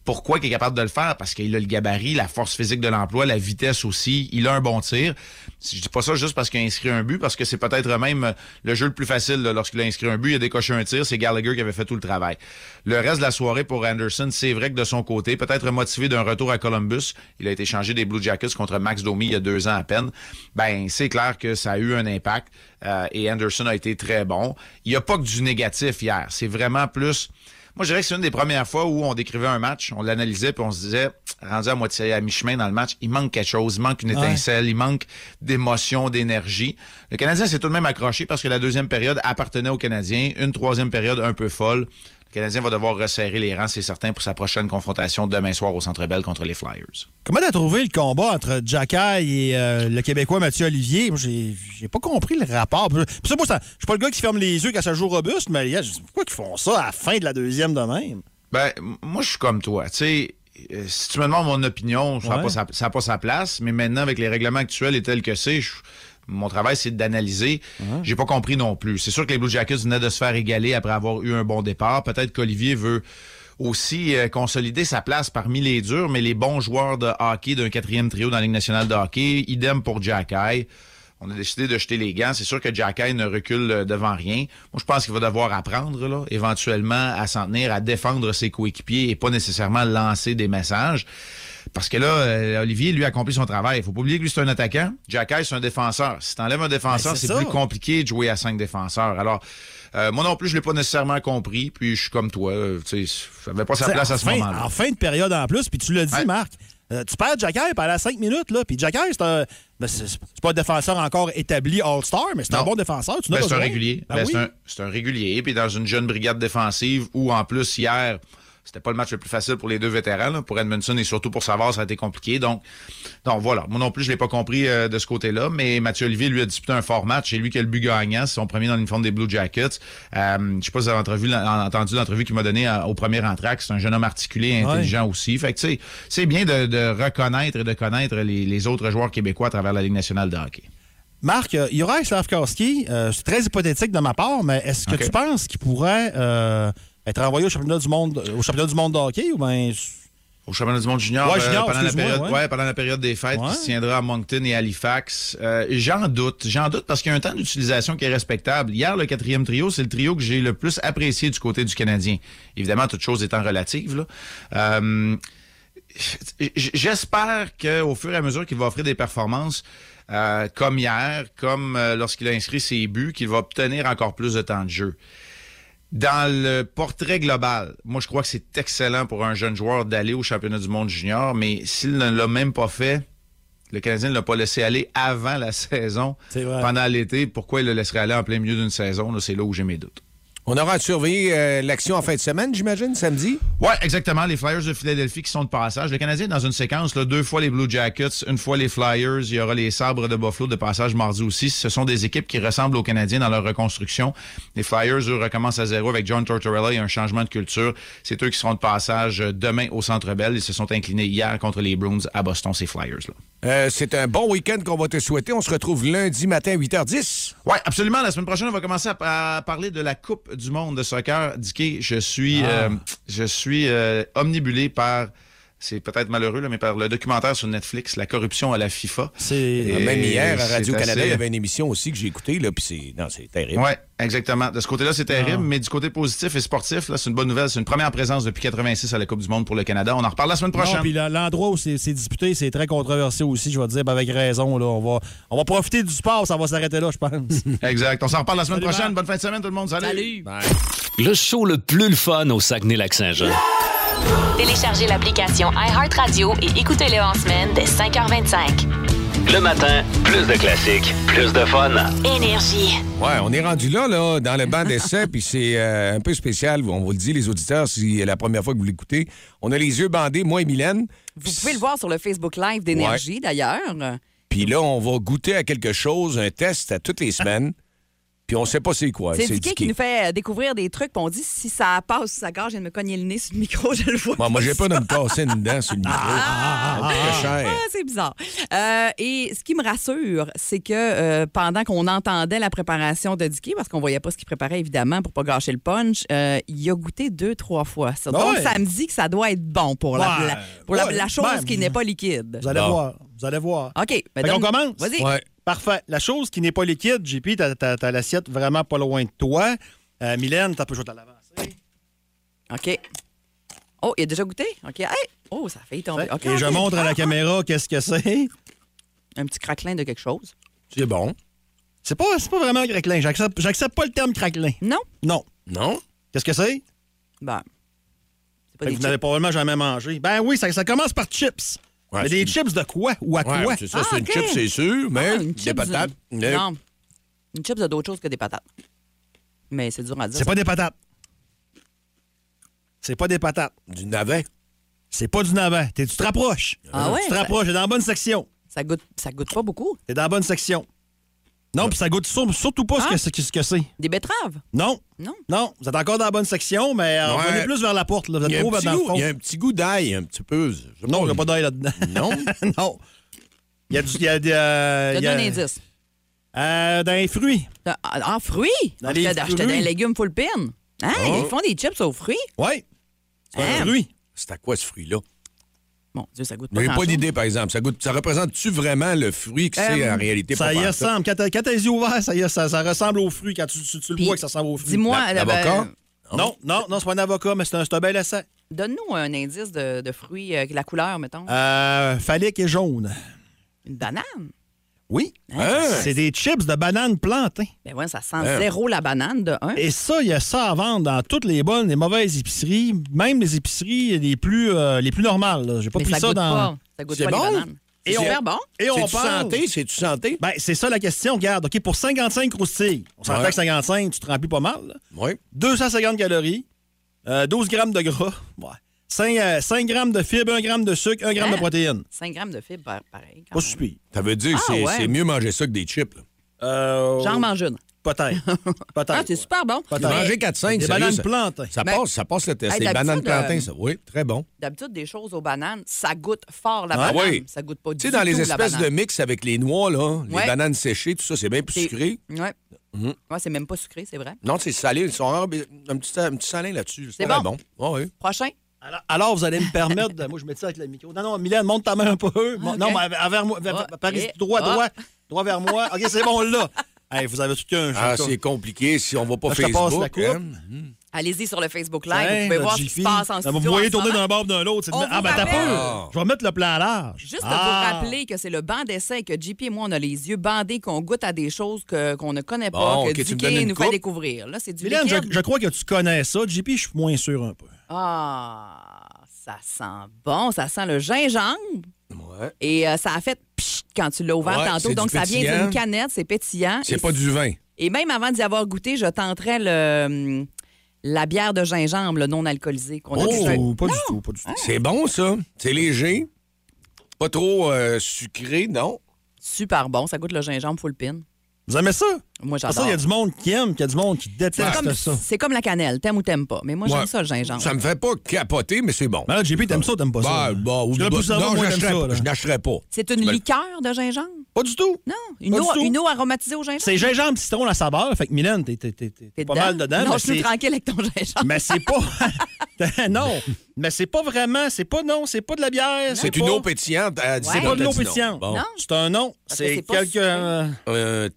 Speaker 13: Pourquoi qu'il est capable de le faire? Parce qu'il a le gabarit, la force physique de l'emploi, la vitesse aussi, il a un bon tir. Si Je dis pas ça juste parce qu'il a inscrit un but, parce que c'est peut-être même le jeu le plus facile là, lorsqu'il a inscrit un but, il a décoché un tir, c'est Gallagher qui avait fait tout le travail. Le reste de la soirée pour Anderson, c'est vrai que de son côté, peut-être motivé d'un retour à Columbus, il a été changé des Blue Jackets contre Max Domi il y a deux ans à peine. Ben, c'est clair que ça a eu un impact euh, et Anderson a été très bon. Il n'y a pas que du négatif hier. C'est vraiment plus. Moi, je dirais que c'est une des premières fois où on décrivait un match, on l'analysait, puis on se disait, rendu à moitié, à mi-chemin dans le match, il manque quelque chose, il manque une
Speaker 14: Ouais.
Speaker 13: étincelle, il manque d'émotion, d'énergie. Le Canadien s'est tout de même accroché parce que la deuxième période appartenait aux Canadiens, une troisième période un peu folle. Le Canadien va devoir resserrer les rangs, c'est certain, pour sa prochaine confrontation demain soir au Centre Bell contre les Flyers.
Speaker 5: Comment t'as trouvé le combat entre Jacky et euh, le Québécois Mathieu Olivier? Moi, j'ai j'ai pas compris le rapport. Puis ça, moi, ça- je suis pas le gars qui ferme les yeux quand ça joue robuste, mais hier, je me suis dit, pourquoi ils font ça à la fin de la deuxième de même?
Speaker 13: Ben, m- moi, je suis comme toi. Tu sais, euh, si tu me demandes mon opinion, ça n'a
Speaker 5: Ouais.
Speaker 13: pas, sa- ça a pas sa place, mais maintenant, avec les règlements actuels et tels que c'est, je- mon travail, c'est d'analyser. J'ai pas compris non plus. C'est sûr que les Blue Jackets venaient de se faire égaler après avoir eu un bon départ. Peut-être qu'Olivier veut aussi euh, consolider sa place parmi les durs, mais les bons joueurs de hockey d'un quatrième trio dans la Ligue nationale de hockey, idem pour Jack High. On a décidé de jeter les gants. C'est sûr que Jack High ne recule euh, devant rien. Moi, je pense qu'il va devoir apprendre, là, éventuellement, à s'en tenir, à défendre ses coéquipiers et pas nécessairement lancer des messages. Parce que là, euh, Olivier, lui, a accompli son travail. Il faut pas oublier que lui, c'est un attaquant. Jack High, c'est un défenseur. Si t'enlèves un défenseur,
Speaker 5: Ben, c'est
Speaker 13: c'est
Speaker 5: ça.
Speaker 13: plus compliqué de jouer à cinq défenseurs. Alors, euh, moi non plus, je l'ai pas nécessairement compris. Puis, je suis comme toi. euh, Tu sais, ça avait pas sa
Speaker 5: T'sais,
Speaker 13: place
Speaker 5: en
Speaker 13: à ce
Speaker 5: fin-
Speaker 13: moment-là.
Speaker 5: En fin de période en plus, puis tu l'as dit, Marc, Euh, tu perds Jacquard pendant 5 minutes, là. Puis Jacquard, c'est un. ben, c'est c'est pas un défenseur encore établi All-Star, mais c'est un
Speaker 13: Non.
Speaker 5: bon défenseur. Tu n'as
Speaker 13: Ben, c'est un
Speaker 5: besoin.
Speaker 13: régulier.
Speaker 5: Ben
Speaker 13: Ben,
Speaker 5: oui.
Speaker 13: c'est un- c'est un, régulier. Puis dans une jeune brigade défensive où, en plus, hier, c'était pas le match le plus facile pour les deux vétérans, là, pour Edmondson et surtout pour Savard, ça a été compliqué. Donc, donc voilà. Moi non plus, je l'ai pas compris euh, de ce côté-là, mais Mathieu Olivier, lui, a disputé un fort match. C'est lui qui a le but gagnant. C'est son premier dans l'uniforme des Blue Jackets. Euh, je sais pas si vous avez entrevu- en- entendu l'entrevue qu'il m'a donnée euh, au premier entraque. C'est un jeune homme articulé et
Speaker 14: Ouais.
Speaker 13: intelligent aussi. Fait que, tu sais, c'est bien de, de reconnaître et de connaître les, les autres joueurs québécois à travers la Ligue nationale de hockey.
Speaker 5: Marc, euh, Juraj Slavkowski, euh, c'est très hypothétique de ma part, mais est-ce que
Speaker 13: Ok.
Speaker 5: tu penses qu'il pourrait euh, être envoyé au championnat du monde au championnat du monde de hockey ou ben
Speaker 13: au championnat du monde junior,
Speaker 5: Ouais,
Speaker 13: euh,
Speaker 5: junior,
Speaker 13: pendant, la
Speaker 5: excuse-moi,
Speaker 13: période,
Speaker 5: ouais.
Speaker 13: ouais, pendant la période des fêtes qui se tiendra à Moncton et Halifax. Euh, j'en doute, j'en doute parce qu'il y a un temps d'utilisation qui est respectable. Hier, le quatrième trio, c'est le trio que j'ai le plus apprécié du côté du Canadien. Évidemment, toute chose étant relative. Là. Euh, j- j'espère qu'au fur et à mesure qu'il va offrir des performances euh, comme hier, comme euh, lorsqu'il a inscrit ses buts, qu'il va obtenir encore plus de temps de jeu. Dans le portrait global, moi je crois que c'est excellent pour un jeune joueur d'aller au championnat du monde junior, mais s'il ne l'a même pas fait, le Canadien ne l'a pas laissé aller avant la <laughs> saison, pendant l'été, pourquoi il le laisserait aller en plein milieu d'une saison? Là, C'est là où j'ai mes doutes.
Speaker 3: On aura à surveiller euh, l'action en fin de semaine, j'imagine, samedi.
Speaker 13: Oui, exactement. Les Flyers de Philadelphie qui sont de passage. Le Canadien est dans une séquence, là, deux fois les Blue Jackets, une fois les Flyers. Il y aura les Sabres de Buffalo de passage mardi aussi. Ce sont des équipes qui ressemblent aux Canadiens dans leur reconstruction. Les Flyers, eux, recommencent à zéro avec John Tortorella et un changement de culture. C'est eux qui seront de passage euh, demain au Centre Bell. Ils se sont inclinés hier contre les Bruins à Boston, ces Flyers-là.
Speaker 3: Euh, c'est un bon week-end qu'on va te souhaiter. On se retrouve lundi matin à 8h10.
Speaker 13: Oui, absolument. La semaine prochaine, on va commencer à, pa- à parler de la Coupe du monde de soccer. Dicky, je suis,
Speaker 3: Ah.
Speaker 13: euh, je suis euh, omnibulé par, c'est peut-être malheureux, là, mais par le documentaire sur Netflix, La corruption à la FIFA.
Speaker 3: Ah,
Speaker 13: C'est
Speaker 3: Même hier, à Radio-Canada, il y avait une émission aussi que j'ai écoutée, là, puis c'est... Non, c'est terrible.
Speaker 13: Oui, exactement. De ce côté-là, c'est terrible,
Speaker 5: Ah.
Speaker 13: mais du côté positif et sportif, là, c'est une bonne nouvelle. C'est une première présence depuis 86 à la Coupe du monde pour le Canada. On en reparle la semaine prochaine.
Speaker 5: Non, Ah, puis la- l'endroit où c'est c'est disputé, c'est très controversé aussi, je vais te dire, ben, avec raison. Là, on, va, on va profiter du sport, ça va s'arrêter là, je pense.
Speaker 13: exact. On s'en reparle la semaine
Speaker 5: Salut,
Speaker 13: prochaine. Bonne fin de semaine, tout le monde. Salut.
Speaker 2: Le show le plus le fun au Saguenay-Lac-Saint-Jean.
Speaker 1: Téléchargez l'application iHeartRadio et écoutez-le en semaine dès 5h25.
Speaker 2: Le matin, plus de classiques, plus de fun.
Speaker 1: Énergie.
Speaker 3: Ouais, on est rendu là, là, dans le banc <laughs> d'essai, puis c'est euh, un peu spécial. On vous le dit, les auditeurs, si c'est la première fois que vous l'écoutez. On a les yeux bandés, moi et Mylène.
Speaker 4: Vous pouvez le voir sur le Facebook Live d'Énergie, d'ailleurs.
Speaker 3: Puis là, on va goûter à quelque chose, un test à toutes les semaines. Puis on sait pas c'est quoi.
Speaker 4: c'est Dicky qui
Speaker 3: Dicky.
Speaker 4: nous fait euh, découvrir des trucs, puis on dit si ça passe ou si ça gâche, je viens de me cogner le nez sur le micro, <laughs> je le vois.
Speaker 3: Bon, moi, j'ai pas de me casser une dent sur le micro. Ça coûte cher.
Speaker 5: Eh.
Speaker 4: Ah, c'est bizarre. Euh, et ce qui me rassure, c'est que euh, pendant qu'on entendait la préparation de Dicky, parce qu'on voyait pas ce qu'il préparait évidemment pour pas gâcher le punch, euh, il a goûté deux, trois fois. ça.
Speaker 5: Ouais.
Speaker 4: Donc ça me dit que ça doit être bon pour la,
Speaker 5: Ouais.
Speaker 4: la- pour la-
Speaker 5: Ouais,
Speaker 4: la chose
Speaker 5: ben,
Speaker 4: qui n'est pas liquide.
Speaker 5: Vous allez voir. Vous allez voir.
Speaker 3: Ah,
Speaker 4: OK. ben
Speaker 5: Fait qu'on
Speaker 4: donne-
Speaker 5: commence.
Speaker 4: Vas-y.
Speaker 5: Parfait. La chose qui n'est pas liquide, JP, t'as, t'as- t'as l'assiette vraiment pas loin de toi. Euh, Mylène, t'as peu joué à l'avancer.
Speaker 4: OK. Oh, il a déjà goûté? OK. Hey! Oh, ça a failli tomber. OK,
Speaker 5: Et je
Speaker 4: OK.
Speaker 5: montre à la caméra qu'est-ce que c'est.
Speaker 4: Un petit craquelin de quelque chose.
Speaker 3: C'est bon.
Speaker 5: C'est pas, c'est pas vraiment un craquelin. J'accepte, j'accepte pas le terme craquelin.
Speaker 4: Non?
Speaker 5: Non.
Speaker 3: Non?
Speaker 5: Qu'est-ce que c'est?
Speaker 4: Ben.
Speaker 5: Fait
Speaker 4: des
Speaker 5: que vous n'avez probablement jamais mangé. Ben oui, ça, ça commence par chips.
Speaker 3: Ouais,
Speaker 5: Mais
Speaker 3: c'est
Speaker 5: des
Speaker 3: une-
Speaker 5: chips de quoi ou à
Speaker 3: Ouais,
Speaker 5: quoi?
Speaker 3: c'est ça, c'est Ah, une ok. chip, c'est sûr, mais
Speaker 5: Ah,
Speaker 4: une
Speaker 3: des
Speaker 4: chips,
Speaker 3: patates.
Speaker 4: une-
Speaker 3: Mais-
Speaker 4: Non. Une chips a d'autres choses que des patates. Mais c'est dur à dire.
Speaker 5: C'est
Speaker 4: ça.
Speaker 5: pas des patates. C'est pas des patates.
Speaker 3: Du navet.
Speaker 5: C'est pas du navet. T'es- tu te rapproches.
Speaker 4: Ah ouais?
Speaker 5: Tu te rapproches. T'es dans la bonne section.
Speaker 4: Ça goûte, ça goûte pas beaucoup.
Speaker 5: T'es dans la bonne section. Non, puis ça goûte sur- surtout pas ce que c'est- ce que c'est.
Speaker 4: Des betteraves.
Speaker 5: Non.
Speaker 4: Ah. Non.
Speaker 5: Non. Vous êtes encore dans la bonne section, mais euh,
Speaker 3: Ouais.
Speaker 5: on est plus vers la porte. là. Vous
Speaker 3: Il y
Speaker 5: êtes
Speaker 3: a un
Speaker 5: trop
Speaker 3: petit
Speaker 5: dans le
Speaker 3: goût-
Speaker 5: fond.
Speaker 3: il y a un petit goût d'ail, un petit peu. Je-
Speaker 5: Non, il n'y a pas d'ail là-dedans.
Speaker 3: Non?
Speaker 5: <laughs> non. Il y a du. Il y a des. euh, il y
Speaker 4: Donne-nous
Speaker 5: a-
Speaker 4: un indice.
Speaker 5: Euh, dans les fruits.
Speaker 4: En fruits?
Speaker 5: Dans
Speaker 4: Dans
Speaker 5: les
Speaker 4: les Acheter
Speaker 5: fruits.
Speaker 4: des légumes full pin. Hein?
Speaker 3: Oh.
Speaker 4: Ils font des chips aux fruits? Hein?
Speaker 5: Oui.
Speaker 3: C'est un fruit. C'est à quoi ce fruit-là?
Speaker 4: Mon Dieu, ça goûte
Speaker 5: pas
Speaker 3: J'ai pas
Speaker 5: grand-chose.
Speaker 3: d'idée, par exemple. Ça, goûte- ça représente-tu vraiment le fruit que c'est
Speaker 5: Euh,
Speaker 3: en réalité?
Speaker 5: Ça
Speaker 3: pas
Speaker 5: y
Speaker 3: pantoute?
Speaker 5: ressemble. Quand t'as quand t'as les yeux ouverts, ça, y est, ça, ça ressemble aux fruits. Quand tu, tu- tu le vois que ça ressemble aux fruits.
Speaker 4: dis-moi,
Speaker 5: La-
Speaker 4: là, ben-
Speaker 5: l'avocat? Non, non, non, c'est pas un avocat, mais c'est un, c'est un bel essai.
Speaker 4: Donne-nous un indice de, de fruits, euh, la couleur, mettons.
Speaker 5: Euh, phallique et jaune.
Speaker 4: Une banane?
Speaker 5: Oui.
Speaker 4: Hein?
Speaker 5: C'est des chips de banane plantées.
Speaker 4: Ben ouais, ça sent
Speaker 5: Hein.
Speaker 4: zéro la banane de un.
Speaker 5: Et ça, il y a ça à vendre dans toutes les bonnes, les mauvaises épiceries, même les épiceries les plus, euh, les plus normales. là. J'ai pas
Speaker 4: Mais
Speaker 5: pris
Speaker 4: ça
Speaker 5: ça
Speaker 4: goûte
Speaker 5: dans.
Speaker 4: pas. Ça goûte
Speaker 5: C'est
Speaker 4: pas
Speaker 5: bon?
Speaker 4: les bananes.
Speaker 5: Et
Speaker 4: C'est
Speaker 5: on-
Speaker 4: super bon.
Speaker 5: Et on parle.
Speaker 3: santé? C'est-tu santé?
Speaker 5: Ben, c'est ça la question. Regarde, OK, pour 55 croustilles, on s'entend
Speaker 3: Ouais.
Speaker 5: que 55, tu te remplis pas mal. là.
Speaker 3: Oui.
Speaker 5: 250 calories, euh, 12 grammes de gras, 5, grammes de fibres, 1 gramme de sucre, 1 gramme de
Speaker 4: Hein?
Speaker 5: protéines.
Speaker 4: 5 grammes de fibres, par- pareil.
Speaker 5: Pas suspire.
Speaker 3: Ça veut dire que
Speaker 4: Ah,
Speaker 3: c'est
Speaker 4: ouais.
Speaker 3: c'est mieux manger ça que des chips. là.
Speaker 4: J'en mange une.
Speaker 5: Oh.
Speaker 4: <laughs>
Speaker 5: Peut-être. Peut-être.
Speaker 4: Ah, c'est super bon.
Speaker 3: Peut-être.
Speaker 4: Mais
Speaker 3: Manger 4-5,
Speaker 5: Des
Speaker 3: sérieux,
Speaker 5: bananes
Speaker 3: ça-
Speaker 5: plantains.
Speaker 3: Ça,
Speaker 4: Mais-
Speaker 3: passe, ça passe le test.
Speaker 4: Hey,
Speaker 3: des
Speaker 4: d'habitude,
Speaker 3: bananes plantains,
Speaker 4: euh,
Speaker 3: ça. Oui, très bon.
Speaker 4: D'habitude, des choses aux bananes, ça goûte fort la
Speaker 3: Ah
Speaker 4: banane.
Speaker 3: oui.
Speaker 4: Ça goûte pas du
Speaker 3: Tu sais,
Speaker 4: tout
Speaker 3: dans les
Speaker 4: la
Speaker 3: espèces de
Speaker 4: banane.
Speaker 3: mix avec les noix, là, les
Speaker 4: Ouais.
Speaker 3: bananes séchées, tout ça, c'est bien plus
Speaker 4: C'est-
Speaker 3: sucré.
Speaker 4: Ouais.
Speaker 3: Mhm.
Speaker 4: Ouais, c'est même pas sucré, c'est vrai.
Speaker 3: Non, c'est salé. Ils sont rares, mais un petit, un petit salin là-dessus.
Speaker 4: C'est
Speaker 3: très
Speaker 4: bon.
Speaker 3: Ouais, ouais.
Speaker 4: Prochain?
Speaker 5: Alors, alors, vous allez me permettre. de- moi, je mets ça avec le micro. Non, non, Mylène, monte ta main un peu. Mon- Non, mais à- vers moi. vers-
Speaker 4: Ah,
Speaker 5: Paris,
Speaker 4: et-
Speaker 5: droit,
Speaker 4: ah.
Speaker 5: droit. Droit vers moi. OK, c'est bon,
Speaker 4: <laughs>
Speaker 5: là. Hey, vous avez tout un jeu.
Speaker 3: Ah, c'est compliqué si on va pas
Speaker 5: Là, je te
Speaker 3: Facebook.
Speaker 5: passe la coupe.
Speaker 3: hein.
Speaker 4: Allez-y sur le Facebook Live,
Speaker 5: Tiens, ben,
Speaker 4: vous pouvez
Speaker 5: notre
Speaker 4: voir ce qui
Speaker 5: Jiffy.
Speaker 4: se passe en
Speaker 5: Là, Ah,
Speaker 4: studio.
Speaker 5: Vous me voyez
Speaker 4: en ce
Speaker 5: tourner
Speaker 4: moment.
Speaker 5: d'un bord ou d'un autre.
Speaker 4: On
Speaker 5: c'est- Ah,
Speaker 4: vous
Speaker 5: ben, t'as
Speaker 4: rappelle-
Speaker 5: peur. Je vais mettre le plan large.
Speaker 4: Juste
Speaker 5: Ah.
Speaker 4: pour rappeler que c'est le banc d'essai que JP et moi, on a les yeux bandés, qu'on goûte à des choses que- qu'on ne connaît pas,
Speaker 5: Bon,
Speaker 4: que
Speaker 5: ok, tu me
Speaker 4: Dicky
Speaker 5: donnes une
Speaker 4: nous
Speaker 5: coupe.
Speaker 4: fait découvrir. Là, c'est du
Speaker 5: Mylène, je,
Speaker 4: liquide.
Speaker 5: je crois que tu connais ça. JP, je suis moins sûr un peu.
Speaker 4: Ah, ça sent bon, ça sent le gingembre. Et euh, ça a fait pchit quand tu l'as ouvert
Speaker 3: Ouais, c'est
Speaker 4: tantôt.
Speaker 3: du
Speaker 4: Donc, ça vient
Speaker 3: pétillant.
Speaker 4: d'une canette, c'est pétillant. Et
Speaker 3: C'est pas du vin.
Speaker 4: Et même avant d'y avoir goûté, je tenterais le, hum, la bière de gingembre, le non alcoolisée. qu'on a
Speaker 5: Oh!
Speaker 4: déjà-
Speaker 5: pas du tout, pas du tout.
Speaker 3: Oh! Ah. C'est bon, ça. C'est léger. Pas trop euh, sucré, non.
Speaker 4: Super bon, ça goûte le gingembre full pin.
Speaker 5: Vous aimez ça?
Speaker 4: Moi,
Speaker 5: Parce
Speaker 4: j'adore.
Speaker 5: que Ah, ça, il y a du monde qui aime, puis il y a du monde qui
Speaker 4: C'est
Speaker 5: déteste
Speaker 4: comme,
Speaker 5: ça.
Speaker 4: c'est comme la cannelle, t'aimes ou t'aimes pas. Mais moi, j'aime
Speaker 3: Ouais.
Speaker 4: ça, le gingembre.
Speaker 3: Ça me fait pas capoter, mais c'est bon.
Speaker 5: Mais là, JP, t'aimes ça ou t'aimes Ben, pas ça?
Speaker 3: Bah, bah,
Speaker 5: Je
Speaker 3: oublie
Speaker 5: l'ai
Speaker 3: pas.
Speaker 5: plus savoir,
Speaker 3: Non,
Speaker 5: moi,
Speaker 3: je
Speaker 5: j'aime ça,
Speaker 3: n'achèterais
Speaker 5: là.
Speaker 3: pas. Je n'achèterais pas.
Speaker 4: C'est une
Speaker 3: Ben,
Speaker 4: liqueur de gingembre?
Speaker 5: Pas du tout.
Speaker 4: Non, une,
Speaker 5: Pas du
Speaker 4: eau,
Speaker 5: tout.
Speaker 4: une eau aromatisée au gingembre.
Speaker 5: C'est gingembre, citron, la saveur. Fait que Mylène, t'es, t'es- t'es- t'es
Speaker 4: T'es
Speaker 5: pas mal dedans.
Speaker 4: Non,
Speaker 5: mais
Speaker 4: je suis
Speaker 5: c'est-
Speaker 4: tranquille avec ton gingembre.
Speaker 5: mais c'est pas. <laughs> non, mais c'est pas vraiment. C'est pas non, c'est pas de la bière.
Speaker 3: C'est
Speaker 5: pas-
Speaker 3: une eau pétillante. euh, à
Speaker 5: C'est pas de l'eau pétillante.
Speaker 3: Bon.
Speaker 5: C'est un nom.
Speaker 4: Parce que
Speaker 5: C'est
Speaker 4: c'est pas
Speaker 5: quelque.
Speaker 4: sucré.
Speaker 5: euh,
Speaker 3: Euh,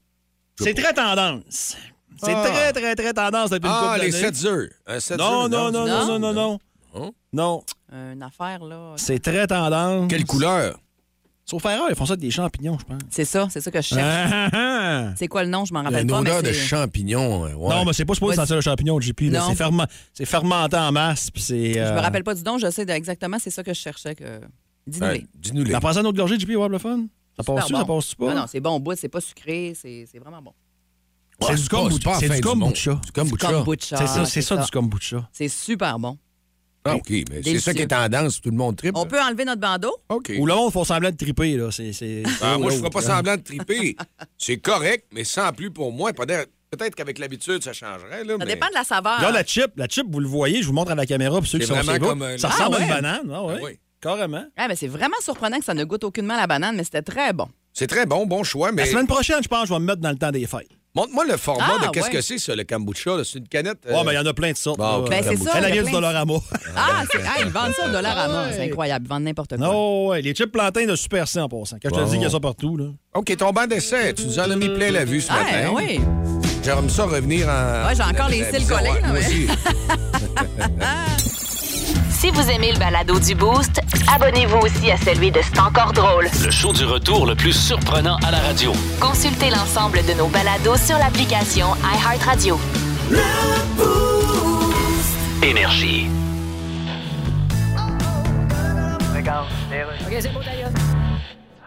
Speaker 3: je sais
Speaker 5: C'est très tendance. C'est
Speaker 3: Ah.
Speaker 5: très, très, très tendance depuis une
Speaker 3: Ah,
Speaker 5: couple
Speaker 3: les
Speaker 5: d'années.
Speaker 3: 7 œufs. Un sept
Speaker 5: Non,
Speaker 3: œufs,
Speaker 5: non, non, non, non, non, non.
Speaker 3: Hein?
Speaker 5: Non,
Speaker 4: Une affaire, là.
Speaker 5: c'est très tendance.
Speaker 3: Quelle couleur?
Speaker 5: Sauf erreur, ils font ça avec des champignons, je pense.
Speaker 4: C'est ça, c'est ça que je cherche.
Speaker 5: Ah, ah, ah.
Speaker 4: C'est quoi le nom? Je m'en rappelle
Speaker 3: Une
Speaker 4: pas. mais
Speaker 3: odeur de
Speaker 4: Ben, c'est-
Speaker 3: champignon. hein, ouais.
Speaker 5: Non, mais c'est pas supposé
Speaker 4: Vas-y.
Speaker 5: sentir le champignon, JP. là.
Speaker 4: Non.
Speaker 5: C'est ferment- c'est fermenté en masse, puis c'est...
Speaker 4: Je
Speaker 5: euh,
Speaker 4: me rappelle pas du nom, je sais de- exactement, c'est ça que je cherchais. Que... Dis-nous
Speaker 3: Ben, Dis-nous les.
Speaker 5: T'en prends ça une autre gorgée, JP, ouais, le fun? Ça passe-tu, ça passe-tu pas?
Speaker 4: Ah Non, non, c'est bon au bout, c'est pas sucré, c'est c'est vraiment bon.
Speaker 5: c'est du kombucha.
Speaker 3: Ah, C'est pas la
Speaker 5: C'est
Speaker 3: fin
Speaker 5: du
Speaker 3: du monde.
Speaker 5: kombucha.
Speaker 3: Du kombucha.
Speaker 4: Kombucha.
Speaker 5: C'est ça, c'est ça, du kombucha.
Speaker 4: C'est super bon.
Speaker 3: Ah, OK, mais c'est ça
Speaker 4: Délicieux.
Speaker 3: qui est tendance. Tout le monde tripe. hein.
Speaker 4: On peut enlever notre bandeau?
Speaker 3: OK.
Speaker 5: Ou le monde font semblant de triper, là. C'est, c'est,
Speaker 3: Ah, moi, je ne ferai
Speaker 5: ferai
Speaker 3: pas semblant
Speaker 4: hein.
Speaker 3: de
Speaker 4: <laughs>
Speaker 3: triper. C'est correct, mais sans plus pour moi. Peut-être peut-être qu'avec l'habitude, ça changerait. Là,
Speaker 4: Ça
Speaker 3: mais-
Speaker 4: dépend de la saveur.
Speaker 5: Là, la chip, la chip, vous le voyez, je vous montre à la caméra, puis ceux
Speaker 3: C'est
Speaker 5: qui sont
Speaker 3: vraiment
Speaker 5: chez vous,
Speaker 3: comme un-
Speaker 5: Ça
Speaker 3: Ah,
Speaker 5: ressemble à une
Speaker 3: ouais.
Speaker 5: banane, ah, ouais.
Speaker 3: Ah, oui.
Speaker 5: Carrément.
Speaker 4: Ah, ben, c'est vraiment surprenant que ça ne goûte aucunement la banane, mais c'était très bon.
Speaker 3: C'est très bon, bon choix, mais
Speaker 5: La semaine prochaine, je pense, je vais me mettre dans le temps des fêtes.
Speaker 3: montre-moi le format
Speaker 4: Ah,
Speaker 3: de qu'est-ce
Speaker 4: ouais.
Speaker 3: que c'est, ça, le kombucha. là. C'est une canette. euh,
Speaker 5: Ouais, ben, il y en a plein de sortes.
Speaker 3: Bon,
Speaker 5: là.
Speaker 3: Ben,
Speaker 4: c'est ça,
Speaker 5: Elle
Speaker 4: il y
Speaker 5: vient
Speaker 4: a
Speaker 5: du
Speaker 4: plein de-
Speaker 5: Dollarama. <laughs>
Speaker 4: Ah, c'est- ah, ils vendent ça au dollar à mort. C'est incroyable. Ils vendent n'importe quoi.
Speaker 5: Non, Oh, ouais, les chips plantains de Super C en passant. Quand je te dis qu'il y a ça partout, là.
Speaker 3: OK, ton banc d'essai, tu nous en as mis plein la vue ce
Speaker 4: Ah,
Speaker 3: matin.
Speaker 4: oui.
Speaker 3: J'aimerais ça revenir en.
Speaker 4: Ouais, j'ai encore
Speaker 3: en-
Speaker 4: les
Speaker 3: en-
Speaker 4: cils
Speaker 3: disons,
Speaker 4: collés,
Speaker 3: ouais,
Speaker 4: là,
Speaker 3: moi
Speaker 4: mais- <laughs>
Speaker 3: aussi.
Speaker 1: Si vous aimez le balado du Boost, abonnez-vous aussi à celui de C'est encore drôle.
Speaker 2: Le show du retour le plus surprenant à la radio.
Speaker 1: Consultez l'ensemble de nos balados sur l'application iHeartRadio.
Speaker 2: Énergie.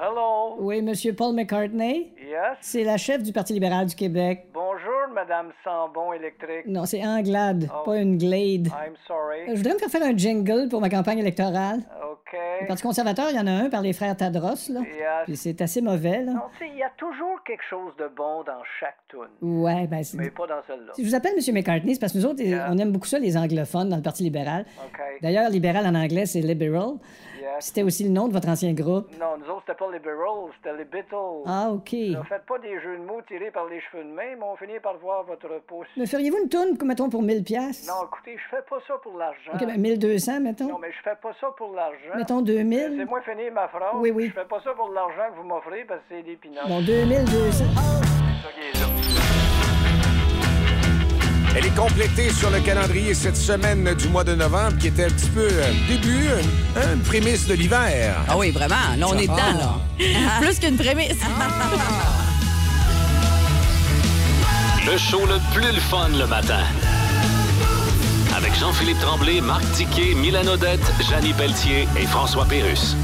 Speaker 9: Hello. Oui, Monsieur Paul McCartney.
Speaker 14: Yes.
Speaker 9: C'est la chef du Parti libéral du Québec.
Speaker 14: Bonjour, Madame Sambon électrique.
Speaker 9: Non, c'est Anglade,
Speaker 14: Oh.
Speaker 9: pas une Glade.
Speaker 14: I'm sorry.
Speaker 9: Euh, Je voudrais me faire faire un jingle pour ma campagne électorale.
Speaker 14: OK.
Speaker 9: Le Parti conservateur, il y en a un par les frères Tadros, là.
Speaker 14: Yes.
Speaker 9: Puis c'est assez mauvais, là.
Speaker 14: Non, tu sais, il y a toujours quelque chose de bon dans chaque tune.
Speaker 9: Ouais, ben c'est...
Speaker 14: Mais pas dans celle-là.
Speaker 9: Si je vous appelle M. McCartney, c'est parce que nous autres, eh, on aime beaucoup ça, les anglophones, dans le Parti libéral.
Speaker 14: OK.
Speaker 9: D'ailleurs, libéral en anglais, c'est liberal.
Speaker 14: Yes.
Speaker 9: C'était aussi le nom de votre ancien groupe.
Speaker 14: Non, nous autres, c'était pas les Beatles, c'était les Beatles.
Speaker 9: Ah, OK.
Speaker 14: Ne faites pas des jeux de mots tirés par les cheveux de main, mais on finit par voir votre pouce.
Speaker 9: Me feriez-vous une tourne, mettons, pour 1000 pièces
Speaker 14: Non, écoutez, je fais pas ça pour l'argent.
Speaker 9: OK, ben 1200, mettons.
Speaker 14: Non, mais je fais pas ça pour l'argent.
Speaker 9: Mettons
Speaker 14: Euh,
Speaker 9: 2000.
Speaker 14: C'est moi finir ma phrase.
Speaker 9: Oui, oui.
Speaker 14: Je fais pas ça pour l'argent que vous m'offrez parce que c'est des pinottes.
Speaker 9: Bon, 2200.
Speaker 3: Elle est complétée sur le calendrier cette semaine du mois de novembre, qui était un petit peu euh, début, euh, hein, une prémisse de l'hiver.
Speaker 4: Ah oui, vraiment. Là, on est dedans, là.
Speaker 15: Plus qu'une prémisse.
Speaker 2: Le show le plus le fun le matin. Avec Jean-Philippe Tremblay, Marc Tiquet, Milan Odette, Janine Pelletier et François Pérus.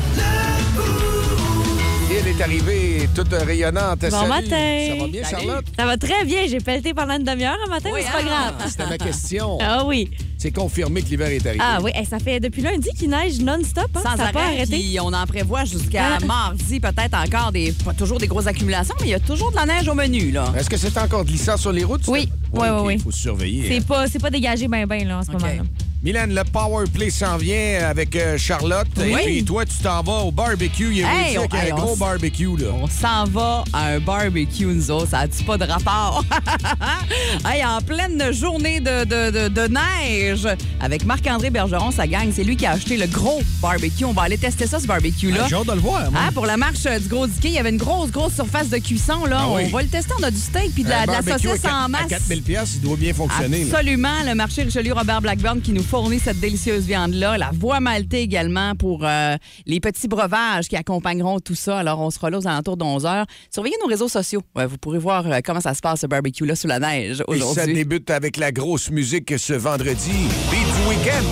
Speaker 3: Elle est arrivée toute rayonnante.
Speaker 15: Bon
Speaker 3: Salut.
Speaker 15: matin.
Speaker 3: Ça va bien, Charlotte?
Speaker 15: Ça va très bien. J'ai pelleté pendant une demi-heure un matin,
Speaker 3: Oui,
Speaker 15: mais c'est pas
Speaker 3: ah,
Speaker 15: grave.
Speaker 3: C'était ma question.
Speaker 15: Ah oui.
Speaker 3: C'est confirmé que l'hiver est arrivé.
Speaker 15: Ah oui, Hey, ça fait depuis lundi qu'il neige non-stop. hein.
Speaker 4: Sans
Speaker 15: ça a pas
Speaker 4: arrêt,
Speaker 15: arrêté.
Speaker 4: puis on en prévoit jusqu'à
Speaker 15: Ah.
Speaker 4: mardi, peut-être encore des, pas toujours des grosses accumulations, mais il y a toujours de la neige au menu, là.
Speaker 3: Est-ce que c'est encore glissant sur les routes?
Speaker 15: Oui, oui, oui. oui.
Speaker 3: Il faut se surveiller. hein.
Speaker 15: C'est pas, c'est pas dégagé bien, bien, là, en ce moment-là.
Speaker 3: Mylène, le Power Play s'en vient avec euh, Charlotte.
Speaker 4: Oui.
Speaker 3: Et puis toi, tu t'en vas au barbecue. Il y a
Speaker 4: Hey,
Speaker 3: Rudy
Speaker 4: on-
Speaker 3: avec un
Speaker 4: hey, on
Speaker 3: gros
Speaker 4: s-
Speaker 3: barbecue, là.
Speaker 4: On s'en va à un barbecue, nous autres. Ça a-tu pas de rapport? <laughs> hey, en pleine journée de, de- de- de neige, avec Marc-André Bergeron, sa gang, c'est lui qui a acheté le gros barbecue. On va aller tester ça, ce barbecue-là.
Speaker 5: Ah, j'ai hâte de le voir, moi.
Speaker 4: Hein, pour la marche euh, du gros diquet, il y avait une grosse, grosse surface de cuisson. Là.
Speaker 3: Ah oui.
Speaker 4: On va le tester. On a du steak puis de
Speaker 3: Un
Speaker 4: la, de la
Speaker 3: barbecue
Speaker 4: saucisse
Speaker 3: à quatre-
Speaker 4: en masse.
Speaker 3: À 4000 pièces, il doit bien fonctionner. là.
Speaker 4: Absolument, le marché Richelieu Robert Blackburn qui nous fournit cette délicieuse viande-là. La voie maltée également pour euh, les petits breuvages qui accompagneront tout ça. Alors, on sera là aux alentours de 11 h. Surveillez nos réseaux sociaux. Ouais, vous pourrez voir euh, comment ça se passe, ce barbecue-là, sous la neige
Speaker 3: Et ça
Speaker 4: aujourd'hui.
Speaker 3: débute avec la grosse musique ce vendredi. Beat du week-end.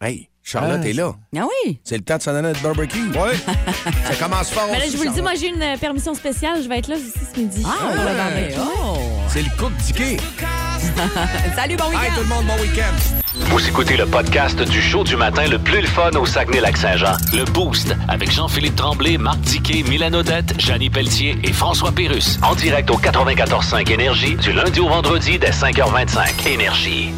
Speaker 3: Hey, Charlotte
Speaker 4: Ah,
Speaker 3: est là.
Speaker 4: Ah oui?
Speaker 3: C'est le temps de s'en aller à notre barbecue. Oui. ça commence fort.
Speaker 15: Mais là,
Speaker 3: aussi,
Speaker 15: je vous le dis,
Speaker 3: Charlotte.
Speaker 15: moi, j'ai une euh, permission spéciale. Je vais être là aussi ce midi.
Speaker 4: Ah,
Speaker 15: pour le
Speaker 4: ouais.
Speaker 15: barbecue.
Speaker 3: C'est le couple d'Iké.
Speaker 4: Salut, bon
Speaker 3: week-end. tout le monde, bon week-end.
Speaker 2: Vous écoutez le podcast du show du matin le plus le fun au Saguenay-Lac-Saint-Jean. Le Boost avec Jean-Philippe Tremblay, Marc Tiquet, Milan Odette, Janine Pelletier et François Pérus. En direct au 94.5 Énergie du lundi au vendredi dès 5h25. Énergie.